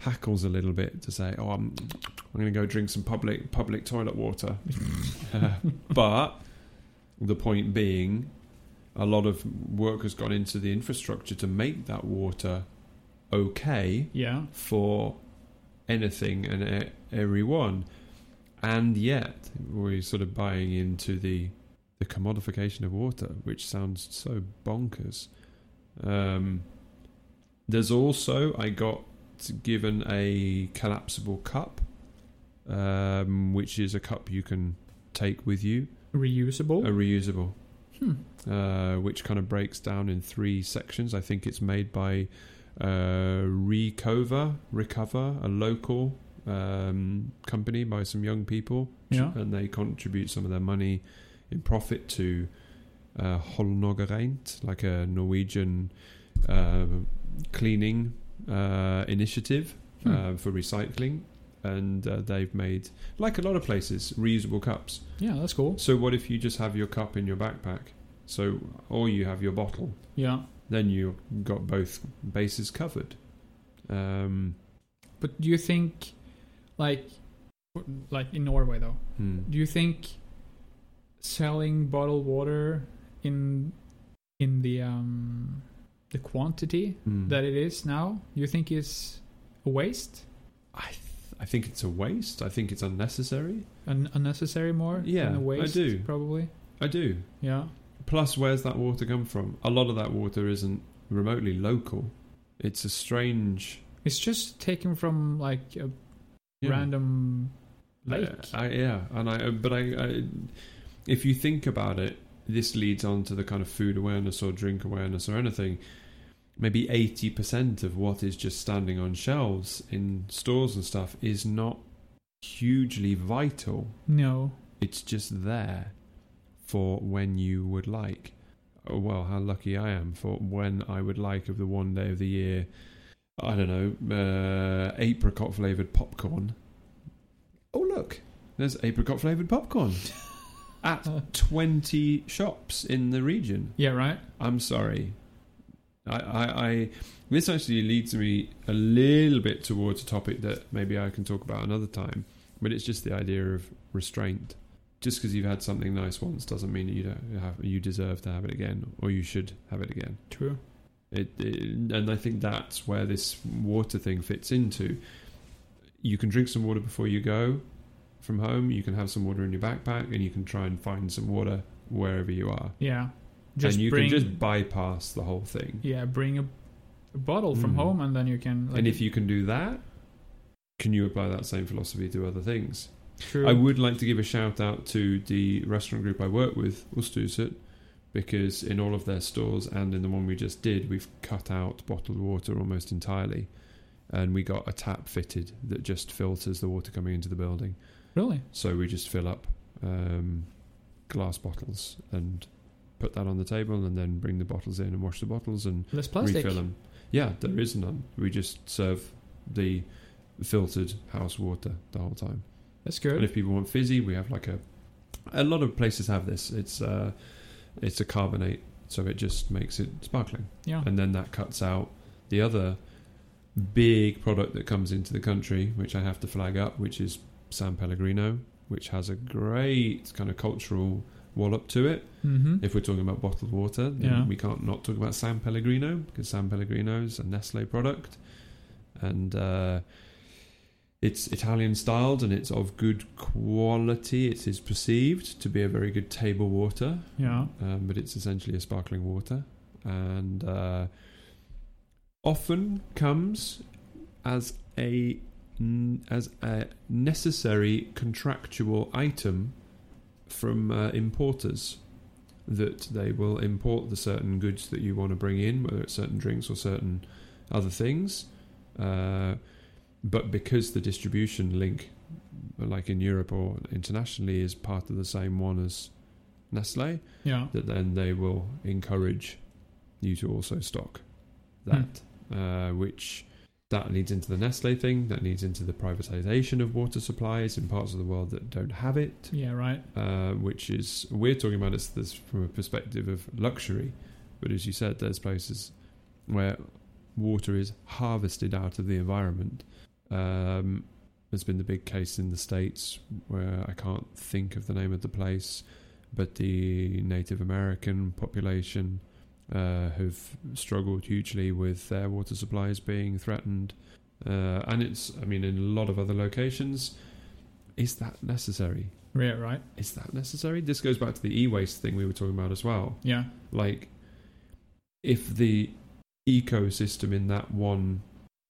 S4: hackles a little bit to say, "Oh, I'm, I'm going to go drink some public public toilet water." Uh, but the point being, a lot of work has gone into the infrastructure to make that water okay
S1: Yeah.
S4: for anything and e- everyone. And yet, we're sort of buying into the the commodification of water, which sounds so bonkers. Um, there's also I got given a collapsible cup, um, which is a cup you can take with you, a
S1: Reusable.
S4: reusable,
S1: Hmm.
S4: uh, which kind of breaks down in three sections. I think it's made by uh, Recover, Recover, a local um, company by some young people,
S1: Yeah.
S4: and they contribute some of their money in profit to uh, Holnogareint, like a Norwegian uh, cleaning uh, initiative
S1: Hmm.
S4: uh, for recycling. And uh, they've made, like a lot of places, reusable cups.
S1: Yeah, that's cool.
S4: So what if you just have your cup in your backpack? So or you have your bottle.
S1: Yeah.
S4: Then you got both bases covered. Um,
S1: But do you think, like, like in Norway though,
S4: hmm.
S1: do you think selling bottled water in in the um the quantity
S4: Hmm.
S1: that it is now, do you think is a waste,
S4: I, th- I think it's a waste. I think it's unnecessary.
S1: Un- unnecessary more?
S4: Yeah,
S1: than
S4: I
S1: a waste,
S4: do.
S1: probably.
S4: I do.
S1: Yeah,
S4: Plus, where's that water come from? A lot of that water isn't remotely local. It's a strange
S1: it's just taken from like a
S4: Yeah.
S1: random lake.
S4: I, I, yeah, and I but I, I if you think about it, this leads on to the kind of food awareness or drink awareness or anything. Maybe eighty percent of what is just standing on shelves in stores and stuff is not hugely vital.
S1: no.
S4: It's just there for when you would like. Oh, well, how lucky I am for when I would like of the one day of the year. I don't know, uh, apricot flavored popcorn. Oh, look, there's apricot flavored popcorn at 20 shops in the region.
S1: Yeah, right.
S4: I'm sorry. I, I, I this actually leads me a little bit towards a topic that maybe I can talk about another time, but it's just the idea of restraint. Just because you've had something nice once doesn't mean you don't have you deserve to have it again or you should have it again.
S1: True.
S4: It, it and I think that's where this water thing fits into. You can drink some water before you go from home. You can have some water in your backpack, and you can try and find some water wherever you are.
S1: Yeah. Just
S4: and you
S1: bring
S4: can just bypass the whole thing.
S1: yeah, bring a, a bottle from
S4: Mm.
S1: home and then you can like,
S4: And if you can do that, can you apply that same philosophy to other things?
S1: true,
S4: I would like to give a shout out to the restaurant group I work with, Ustuset, because in all of their stores and in the one we just did, we've cut out bottled water almost entirely. And we got a tap fitted that just filters the water coming into the building.
S1: really
S4: So we just fill up um, glass bottles and put that on the table and then bring the bottles in and wash the bottles and
S1: less plastic.
S4: refill them. Yeah, there is none. We just serve the filtered house water the whole time.
S1: That's
S4: And
S1: good.
S4: if people want fizzy, we have like a a lot of places have this. It's uh it's a carbonate, so it just makes it sparkling.
S1: Yeah.
S4: And then that cuts out the other big product that comes into the country, which I have to flag up, which is San Pellegrino, which has a great kind of cultural wallop to it.
S1: Mm-hmm.
S4: If we're talking about bottled water, then
S1: Yeah.
S4: we can't not talk about San Pellegrino because San Pellegrino's a Nestle product, and uh, it's Italian styled and it's of good quality. It is perceived to be a very good table water,
S1: Yeah.
S4: um, but it's essentially a sparkling water, and uh, often comes as a as a necessary contractual item from uh, importers that they will import the certain goods that you want to bring in, whether it's certain drinks or certain other things. Uh, but because the distribution link, like in Europe or internationally, is part of the same one as Nestle,
S1: Yeah.
S4: that then they will encourage you to also stock that, uh, which that leads into the Nestle thing, that leads into the privatization of water supplies in parts of the world that don't have it,
S1: Yeah. Right.
S4: uh, which is we're talking about this, this from a perspective of luxury, but as you said, there's places where water is harvested out of the environment. Um, there's been the big case in the states where I can't think of the name of the place, but the Native American population uh, have struggled hugely with their water supplies being threatened, uh, and it's I mean in a lot of other locations. Is that necessary?
S1: Yeah. Right.
S4: is that necessary? This goes back to the e-waste thing we were talking about as well.
S1: Yeah.
S4: Like, if the ecosystem in that one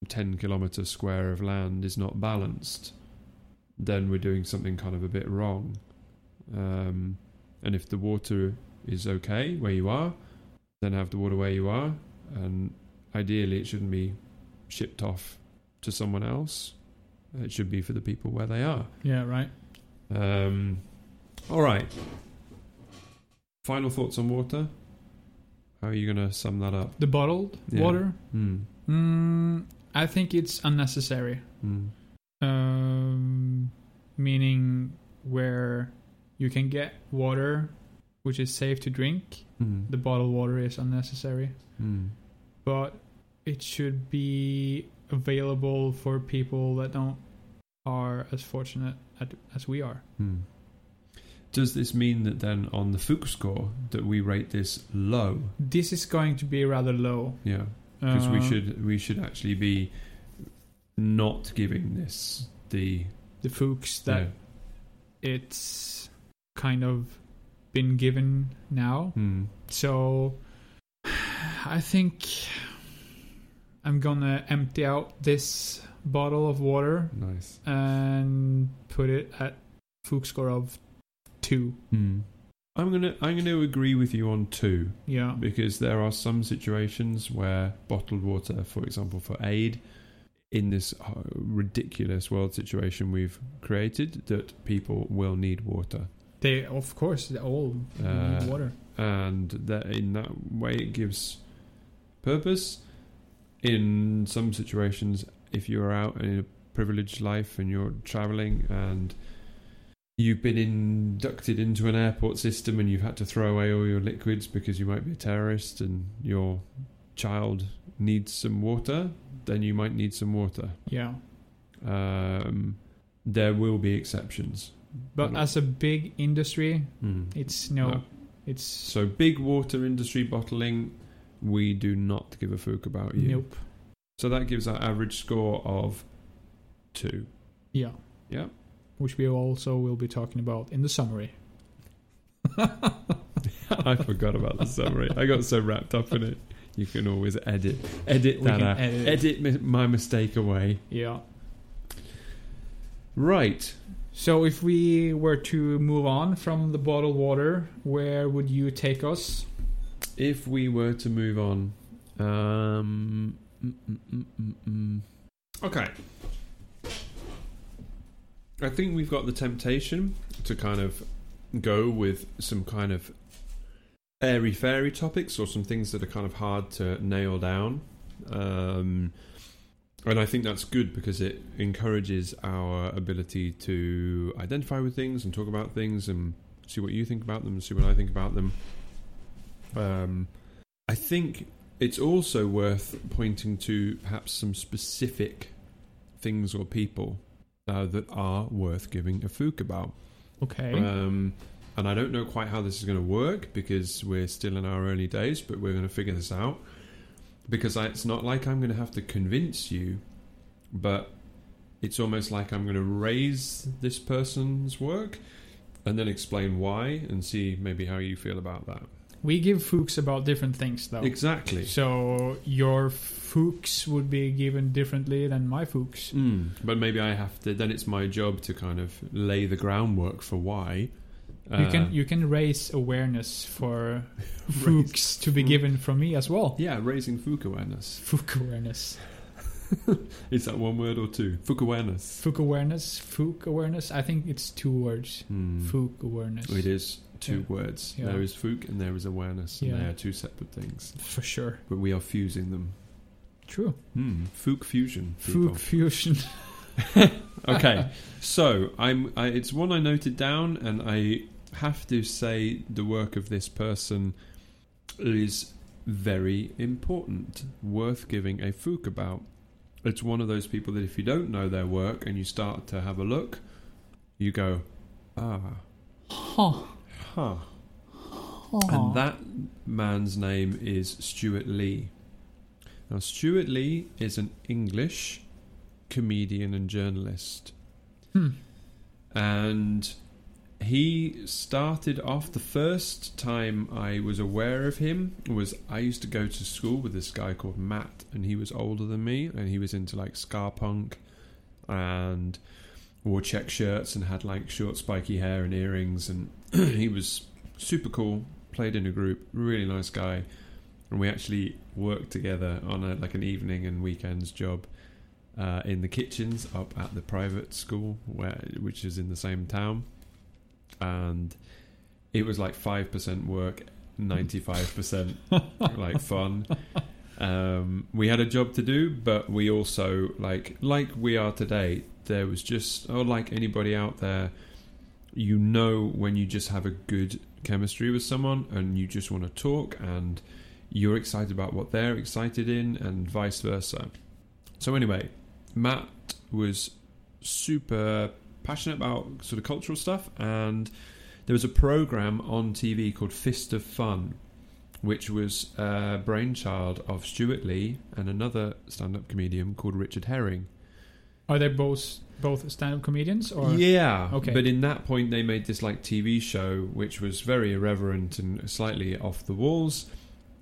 S4: 10 kilometer square of land is not balanced, then we're doing something kind of a bit wrong. Um, and if the water is okay where you are, then have the water where you are. And ideally, it shouldn't be shipped off to someone else. It should be for the people where they are.
S1: Yeah. Right.
S4: Um, all right. Final thoughts on water. How are you going to sum that up?
S1: The bottled
S4: Yeah.
S1: water.
S4: Hmm.
S1: Mm, I think it's unnecessary.
S4: Hmm.
S1: Um, meaning where you can get water which is safe to drink.
S4: Hmm.
S1: The bottled water is unnecessary,
S4: Hmm.
S1: but it should be available for people that don't are as fortunate at, as we are.
S4: Hmm. Does this mean that then on the Fuchs score that we rate this low?
S1: This is going to be rather low
S4: Yeah, because we
S1: Uh,
S4: should we should actually be not giving this the
S1: the Fuchs that
S4: yeah.
S1: it's kind of been given now.
S4: Hmm.
S1: So I think I'm gonna empty out this bottle of water
S4: nice.
S1: and put it at Fuchs score of two.
S4: Hmm. I'm gonna I'm gonna agree with you on two.
S1: Yeah.
S4: because there are some situations where bottled water, for example, for aid, in this uh, ridiculous world situation we've created, that people will need water,
S1: They of course they all
S4: Uh,
S1: need water.
S4: and that in that way it gives purpose. In some situations, if you're out in a privileged life and you're traveling and you've been inducted into an airport system and you've had to throw away all your liquids because you might be a terrorist and your child needs some water, then you might need some water.
S1: Yeah.
S4: Um, there will be exceptions. Hmm.
S1: But as a big industry, it's no,
S4: No.
S1: it's
S4: So, big water industry bottling, we do not give a fook about you.
S1: nope.
S4: So, that gives our average score of two.
S1: Yeah.
S4: Yeah.
S1: Which we also will be talking about in the summary.
S4: I forgot about the summary. I got so wrapped up in it. You can always edit, edit
S1: We
S4: that
S1: can
S4: out.
S1: edit.
S4: edit mi- my mistake away.
S1: Yeah.
S4: Right.
S1: So if we were to move on from the bottled water, where would you take us?
S4: If we were to move on, um, mm, mm, mm, mm, mm. okay. I think we've got the temptation to kind of go with some kind of airy fairy topics or some things that are kind of hard to nail down. Um, and I think that's good because it encourages our ability to identify with things and talk about things and see what you think about them and see what I think about them. Um, I think it's also worth pointing to perhaps some specific things or people uh, that are worth giving a fook about.
S1: Okay.
S4: Um, and I don't know quite how this is going to work because we're still in our early days, but we're going to figure this out. Because I, it's not like I'm going to have to convince you, but it's almost like I'm going to raise this person's work and then explain why and see maybe how you feel about that.
S1: we give fooks about different things, though.
S4: Exactly.
S1: So your fooks would be given differently than my fooks.
S4: Mm, but maybe I have to. Then it's my job to kind of lay the groundwork for why. uh,
S1: you can you can raise awareness for fooks to be
S4: fook.
S1: given from me as well.
S4: yeah, raising fook awareness.
S1: Fook awareness,
S4: Is that one word or two? Fook awareness.
S1: fook awareness, fook awareness. I think it's two words.
S4: Mm.
S1: Fook awareness.
S4: It is two
S1: Hmm. Yeah.
S4: words.
S1: Yeah.
S4: There is fook and there is awareness, and they
S1: Yeah.
S4: are two separate things.
S1: for sure.
S4: But we are fusing them.
S1: True.
S4: Mm, fook fusion. people.
S1: Fook fusion.
S4: okay, so I'm. I, it's one I noted down, and I have to say the work of this person is very important, worth giving a fook about. It's one of those people that if you don't know their work and you start to have a look, you go, ah,
S1: Huh.
S4: huh. And that man's name is Stuart Lee. Now, Stuart Lee is an English comedian and journalist.
S1: Hmm.
S4: And he started off the first time I was aware of him was I used to go to school with this guy called Matt, and he was older than me, and he was into like ska punk and wore check shirts and had like short spiky hair and earrings and he was super cool played in a group really nice guy and we actually worked together on a, like an evening and weekends job uh, in the kitchens up at the private school where which is in the same town and it was like 5% work 95% like fun um, we had a job to do but we also like like we are today there was just oh like anybody out there you know when you just have a good chemistry with someone and you just want to talk and you're excited about what they're excited in and vice versa. So anyway, Matt was super passionate about sort of cultural stuff and there was a program on TV called Fist of Fun which was a brainchild of Stuart Lee and another stand-up comedian called Richard Herring.
S1: Are they both both stand-up comedians or?
S4: Yeah.
S1: Okay.
S4: But in that point, they made this like TV show, which was very irreverent and slightly off the walls.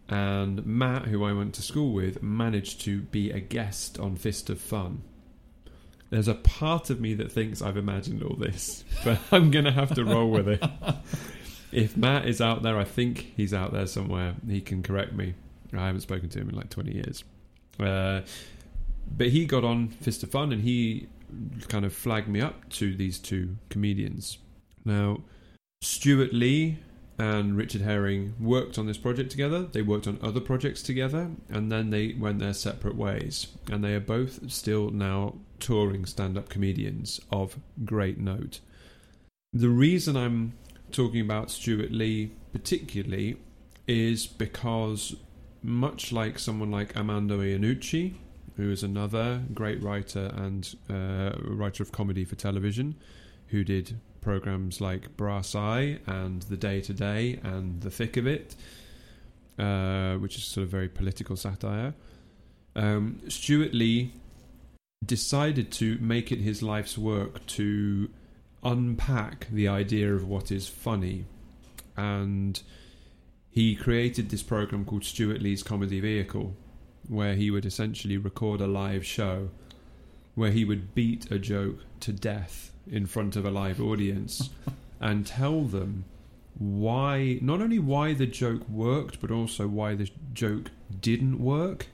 S4: And Matt, who I went to school with, managed to be a guest on Fist of Fun. There's a part of me that thinks I've imagined all this, but I'm going to have to roll with it. If Matt is out there, I think he's out there somewhere. He can correct me. I haven't spoken to him in like 20 years. Uh, but he got on Fist of Fun and he kind of flagged me up to these two comedians. Now, Stuart Lee and Richard Herring worked on this project together. They worked on other projects together, and then they went their separate ways. And they are both still now touring stand up comedians of great note. The reason I'm talking about Stuart Lee particularly is because, much like someone like Amando Iannucci, who is another great writer and uh, writer of comedy for television, who did programs like Brass Eye and The Day to Day and The Thick of It, uh, which is sort of very political satire. Um, Stuart Lee decided to make it his life's work to unpack the idea of what is funny and he created this program called Stuart Lee's Comedy Vehicle, where he would essentially record a live show where he would beat a joke to death in front of a live audience and tell them why, not only why the joke worked, but also why the joke didn't work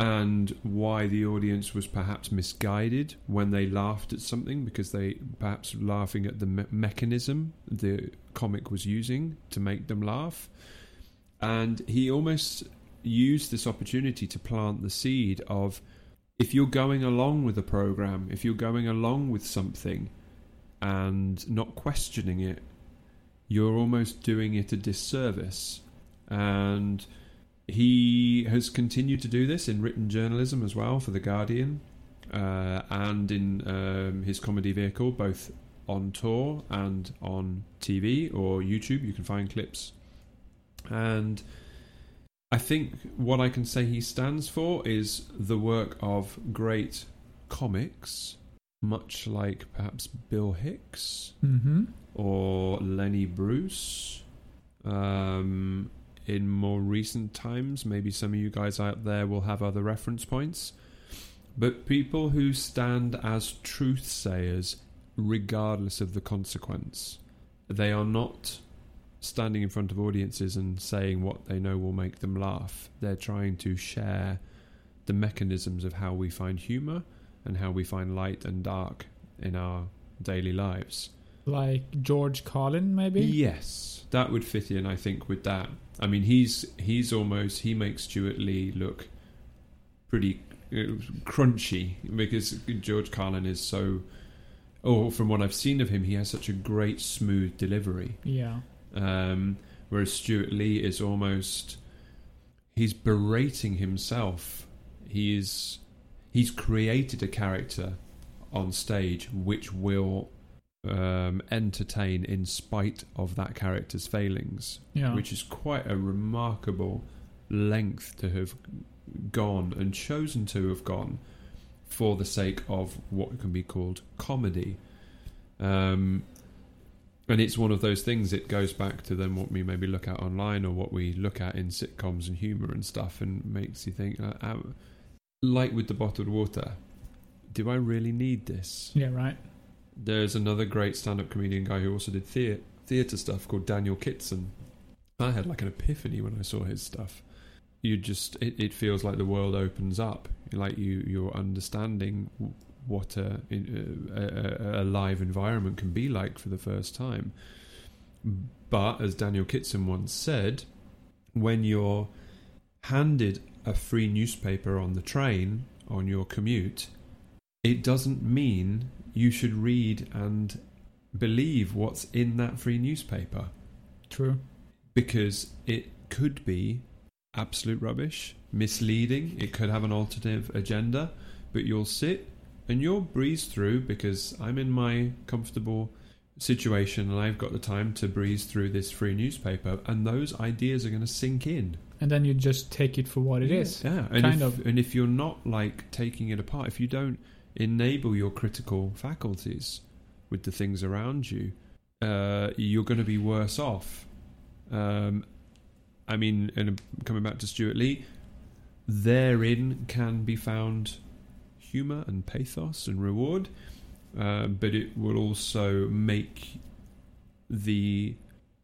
S4: and why the audience was perhaps misguided when they laughed at something because they perhaps laughing at the me- mechanism the comic was using to make them laugh and he almost used this opportunity to plant the seed of if you're going along with a program if you're going along with something and not questioning it you're almost doing it a disservice and he has continued to do this in written journalism as well for The Guardian uh, and in um, his comedy vehicle, both on tour and on TV or YouTube. You can find clips. And I think what I can say he stands for is the work of great comics, much like perhaps Bill Hicks
S1: Mm-hmm.
S4: or Lenny Bruce. Um, in more recent times, maybe some of you guys out there will have other reference points. But people who stand as truth sayers, regardless of the consequence, they are not standing in front of audiences and saying what they know will make them laugh. They're trying to share the mechanisms of how we find humour and how we find light and dark in our daily lives.
S1: Like George Carlin, maybe.
S4: Yes, that would fit in, I think, with that. I mean, he's he's almost he makes Stuart Lee look pretty uh, crunchy because George Carlin is so. Oh, from what I've seen of him, he has such a great smooth delivery.
S1: Yeah.
S4: Um, whereas Stuart Lee is almost he's berating himself. He is he's created a character on stage which will um, entertain in spite of that character's failings,
S1: Yeah.
S4: which is quite a remarkable length to have gone and chosen to have gone for the sake of what can be called comedy. Um, and it's one of those things, it goes back to then what we maybe look at online or what we look at in sitcoms and humour and stuff and makes you think, uh, how- like with the bottled water, do I really need this?
S1: yeah. Right.
S4: There's another great stand-up comedian guy who also did theater, theater stuff called Daniel Kitson. I had like an epiphany when I saw his stuff. You just it, it feels like the world opens up, like you you're understanding w- what a, in- a, a, a live environment can be like for the first time. But as Daniel Kitson once said, when you're handed a free newspaper on the train on your commute, it doesn't mean you should read and believe what's in that free newspaper
S1: True.
S4: because it could be absolute rubbish, misleading, it could have an alternative agenda, but you'll sit and you'll breeze through because I'm in my comfortable situation and I've got the time to breeze through this free newspaper and those ideas are going to sink in.
S1: And then you just take it for what it
S4: Yeah.
S1: is.
S4: Yeah, and
S1: kind
S4: if,
S1: of.
S4: And if you're not like taking it apart, if you don't enable your critical faculties with the things around you, uh, you're going to be worse off. Um, I mean, and coming back to Stuart Lee, therein can be found humor and pathos and reward, uh, but it will also make the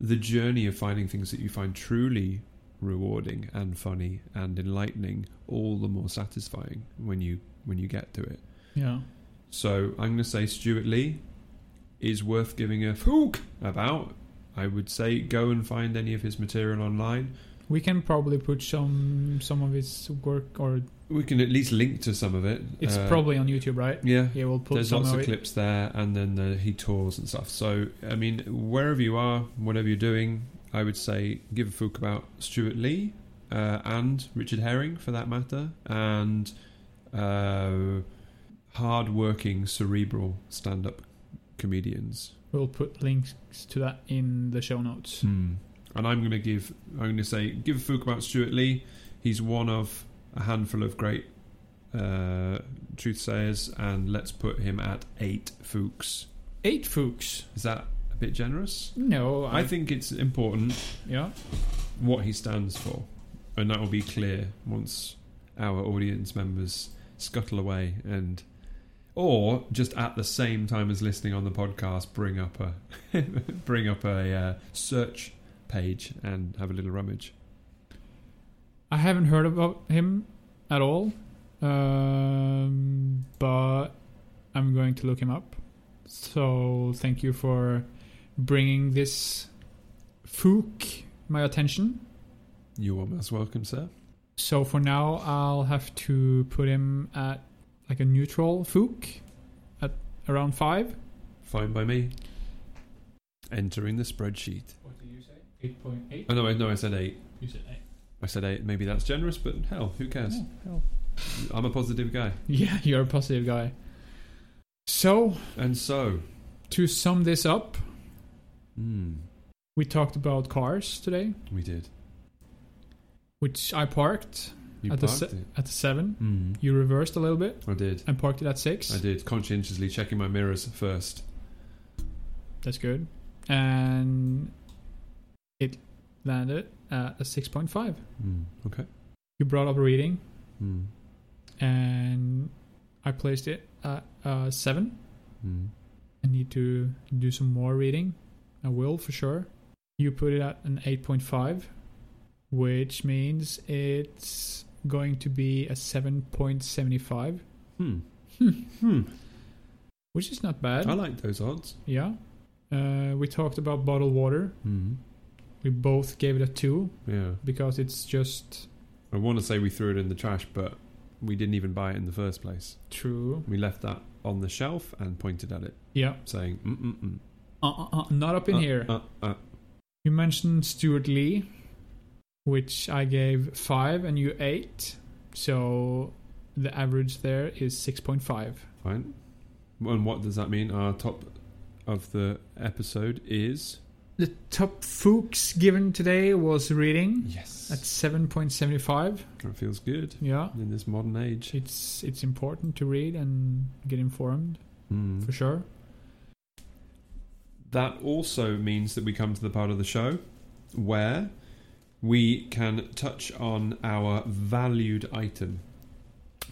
S4: the journey of finding things that you find truly rewarding and funny and enlightening all the more satisfying when you when you get to it
S1: Yeah.
S4: so i'm going to say stuart lee is worth giving a fook about i would say go and find any of his material online
S1: We can probably put some some of his work, or
S4: we can at least link to some of it
S1: it's
S4: Uh,
S1: probably on YouTube, right?
S4: yeah
S1: Yeah, we'll put
S4: there's
S1: some
S4: lots
S1: of
S4: of
S1: it.
S4: clips there and then the, he tours and stuff so i mean wherever you are whatever you're doing i would say give a fuck about stuart lee uh, and richard herring for that matter and uh, hard-working cerebral stand-up comedians
S1: We'll put links to that in the show notes.
S4: Hmm. and i'm going to give i'm going to say give a fuck about stuart lee he's one of a handful of great uh, truth sayers and let's put him at eight fooks
S1: Eight Fuchs.
S4: Is that bit generous.
S1: No, I,
S4: I think it's important
S1: yeah.
S4: what he stands for, and that will be clear once our audience members scuttle away and, or just at the same time as listening on the podcast, bring up a bring up a uh, search page and have a little rummage.
S1: I haven't heard about him at all, um, but I'm going to look him up. So thank you for bringing this Fook my attention.
S4: You are most welcome, sir.
S1: So for now, I'll have to put him at like a neutral Fook at around five.
S4: Fine by me. Entering the spreadsheet.
S1: What did you say? Eight point eight.
S4: Oh no, I- no, I said eight.
S1: You said eight. Oh,
S4: I said eight. Maybe that's generous, but hell, who cares? I'm a positive guy.
S1: Yeah, you're a positive guy. So
S4: And so,
S1: to sum this up,
S4: hmm,
S1: we talked about cars today,
S4: we did.
S1: which I parked
S4: You
S1: At the
S4: parked
S1: se-
S4: it.
S1: at the seven.
S4: Hmm.
S1: You reversed a little bit
S4: I did.
S1: and parked it at six.
S4: I did conscientiously checking my mirrors first.
S1: That's good. And it landed at a 6.5.
S4: Mm, okay.
S1: You brought up reading,
S4: Mm,
S1: and I placed it at uh, 7.
S4: mm.
S1: I need to do some more reading. I will for sure. You put it at an 8.5, which means it's going to be a 7.75,
S4: Hmm.
S1: Hmm.
S4: Hmm.
S1: which is not bad.
S4: I like those odds.
S1: yeah. Uh, we talked about bottled water.
S4: Mm.
S1: We both gave it a 2
S4: Yeah.
S1: because it's just
S4: I want to say we threw it in the trash, but we didn't even buy it in the first place.
S1: true.
S4: We left that on the shelf and pointed at it,
S1: Yeah.
S4: saying, mm, mm, mm.
S1: Uh, uh, uh, not up in
S4: Uh,
S1: here.
S4: Uh, uh.
S1: You mentioned Stuart Lee, which I gave five and you eight. So the average there is 6.5.
S4: Fine. And what does that mean? Our top of the episode is
S1: The top fooks given today was reading
S4: yes.
S1: at 7.75.
S4: that feels good
S1: Yeah.
S4: in this modern age.
S1: It's it's important to read and get informed
S4: Mm.
S1: for sure.
S4: That also means that we come to the part of the show where we can touch on our valued item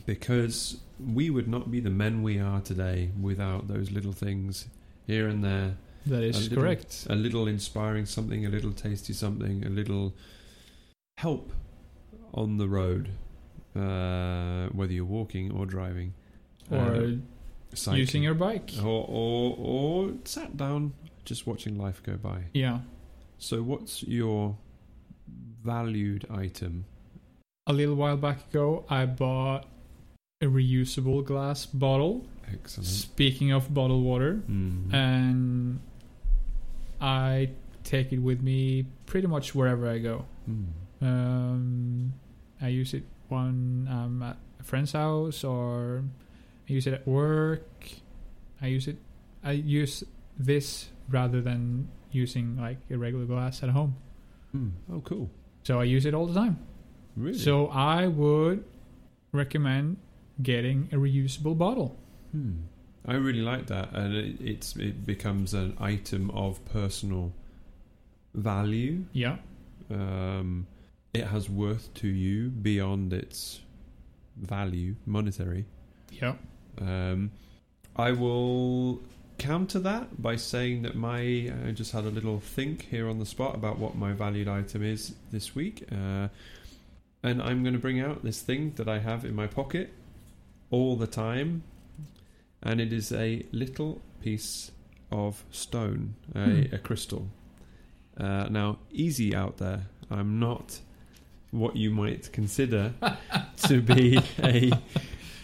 S4: because we would not be the men we are today without those little things here and there
S1: That
S4: A
S1: is
S4: little-
S1: correct.
S4: a little inspiring something, a little tasty something, a little help on the road, uh, whether you're walking or driving, uh, Oh.
S1: Or
S4: cycling,
S1: using your bike.
S4: or, or or sat down just watching life go by.
S1: Yeah.
S4: So, what's your valued item?
S1: A little while back ago, I bought a reusable glass bottle.
S4: Excellent.
S1: Speaking of bottled water,
S4: Mm.
S1: uh, and I take it with me pretty much wherever I go.
S4: Mm.
S1: Um, I use it when I'm at a friend's house, or I use it at work. I use it. I use this rather than using like a regular glass at home.
S4: Mm. Oh, cool.
S1: So I use it all the time.
S4: Really?
S1: So I would recommend getting a reusable bottle.
S4: Hmm. I really like that, and it, it's it becomes an item of personal value.
S1: Yeah.
S4: Um, it has worth to you beyond its value, monetary.
S1: Yeah.
S4: Um, I will counter that by saying that my I just had a little think here on the spot about what my valued item is this week, uh, and I'm going to bring out this thing that I have in my pocket all the time, and it is a little piece of stone, a,
S1: Hmm.
S4: a crystal. Uh, now, easy out there. I'm not what you might consider to be a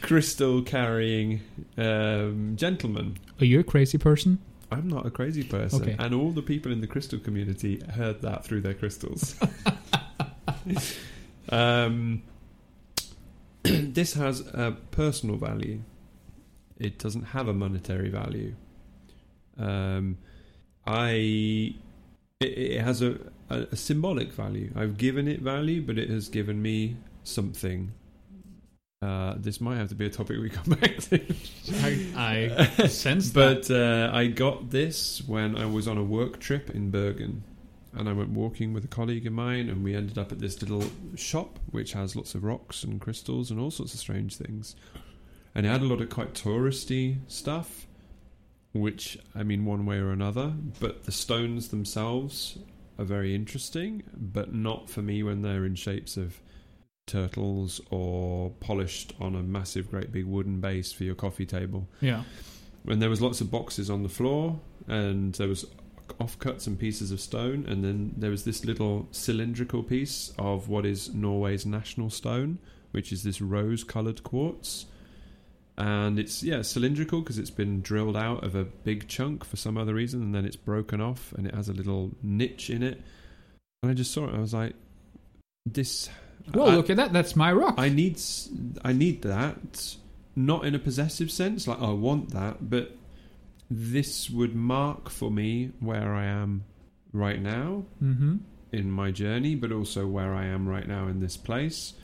S4: crystal carrying um, gentleman.
S1: Are you a crazy person?
S4: I'm not a crazy person.
S1: Okay.
S4: And all the people in the crystal community heard that through their crystals. um, this has a personal value, it doesn't have a monetary value. Um, I. It, it has a, a, a symbolic value. I've given it value, but it has given me something Uh, this might have to be a topic we come back to.
S3: I, I sense that.
S4: But uh, I got this when I was on a work trip in Bergen. And I went walking with a colleague of mine, and we ended up at this little shop which has lots of rocks and crystals and all sorts of strange things. And it had a lot of quite touristy stuff, which, I mean, one way or another, but the stones themselves are very interesting, but not for me when they're in shapes of turtles or polished on a massive, great big wooden base for your coffee table
S1: Yeah.
S4: and there was lots of boxes on the floor and there was offcuts and pieces of stone and then there was this little cylindrical piece of what is norway's national stone which is this rose coloured quartz and it's yeah cylindrical because it's been drilled out of a big chunk for some other reason and then it's broken off and it has a little niche in it and i just saw it and i was like this
S1: Well,
S4: I-
S1: look at that. That's my rock.
S4: I need s- I need that, not in a possessive sense. Like oh, I want that, but this would mark for me where I am right now
S1: mm-hmm.
S4: in my journey, but also where I am right now in this place.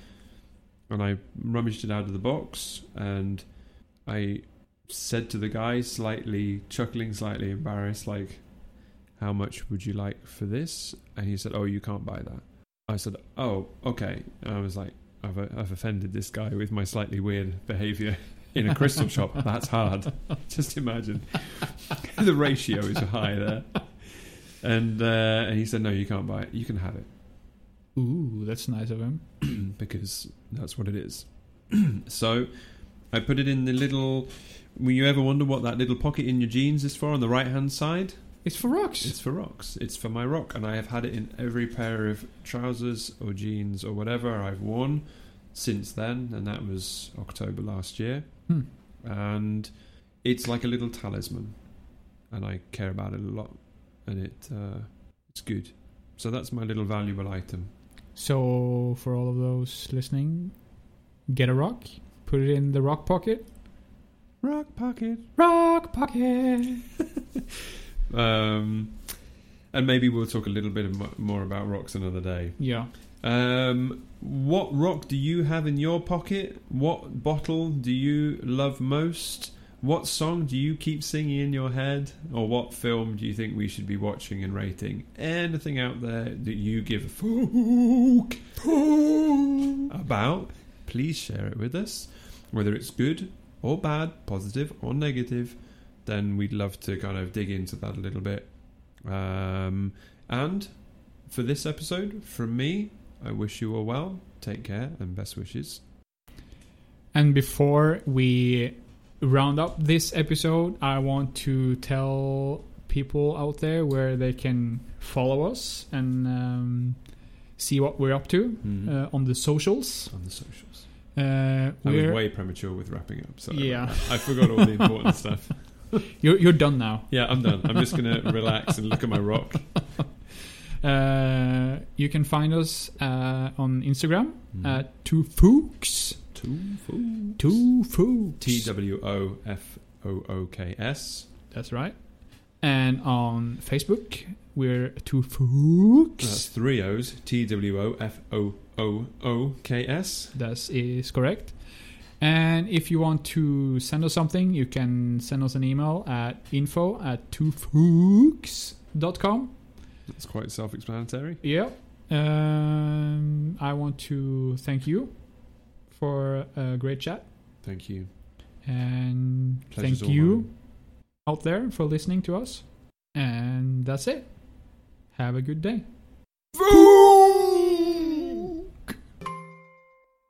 S4: And I rummaged it out of the box, and I said to the guy, slightly chuckling, slightly embarrassed, like, "How much would you like for this?" And he said, "Oh, you can't buy that." I said, "Oh, okay." And I was like, "I've, I've offended this guy with my slightly weird behaviour in a crystal shop. That's hard. Just imagine the ratios are high there." And uh, and he said, "No, you can't buy it. You can have it
S1: Ooh, that's nice of him.
S4: because that's what it is." so I put it in the little. Will you ever wonder what that little pocket in your jeans is for on the right hand side?
S1: It's for rocks.
S4: It's for rocks. It's for my rock, and I have had it in every pair of trousers or jeans or whatever I've worn since then, and that was October last year.
S1: Hmm.
S4: And it's like a little talisman, and I care about it a lot, and it uh, it's good. So that's my little valuable item.
S1: So, for all of those listening, get a rock, put it in the rock pocket.
S4: Rock pocket.
S1: Rock pocket.
S4: Um, and maybe we'll talk a little bit mo- more about rocks another day.
S1: Yeah.
S4: Um, what rock do you have in your pocket? What bottle do you love most? What song do you keep singing in your head? Or what film do you think we should be watching and rating? Anything out there that you give a fuck about, please share it with us. Whether it's good or bad, positive or negative, then we'd love to kind of dig into that a little bit. Um, and for this episode, from me, I wish you all well. Take care and best wishes.
S1: And before we round up this episode, I want to tell people out there where they can follow us and um, see what we're up to uh, on the socials.
S4: on the socials.
S1: Uh,
S4: I Mm-hmm. was
S1: we're-
S4: way premature with wrapping up. Sorry.
S1: Yeah.
S4: about that. I forgot all the important stuff.
S1: you're, you're done now.
S4: Yeah, I'm done. I'm just going to relax and look at my rock.
S1: Uh, you can find us uh, on Instagram
S4: Mm-hmm.
S1: at two fooks.
S4: Two
S1: Uh, Two fooks.
S4: T W O F O O K S.
S1: That's right. And on Facebook, we're two fooks.
S4: That's three O's. T W O F O O O K S.
S1: That is correct. And if you want to send us something, you can send us an email at info at twofooks.com.
S4: That's quite self explanatory.
S1: Yep. Um, I want to thank you for a great chat.
S4: Thank you.
S1: And
S4: Pleasure's
S1: thank
S4: all
S1: you
S4: mine.
S1: out there for listening to us. And that's it. Have a good day.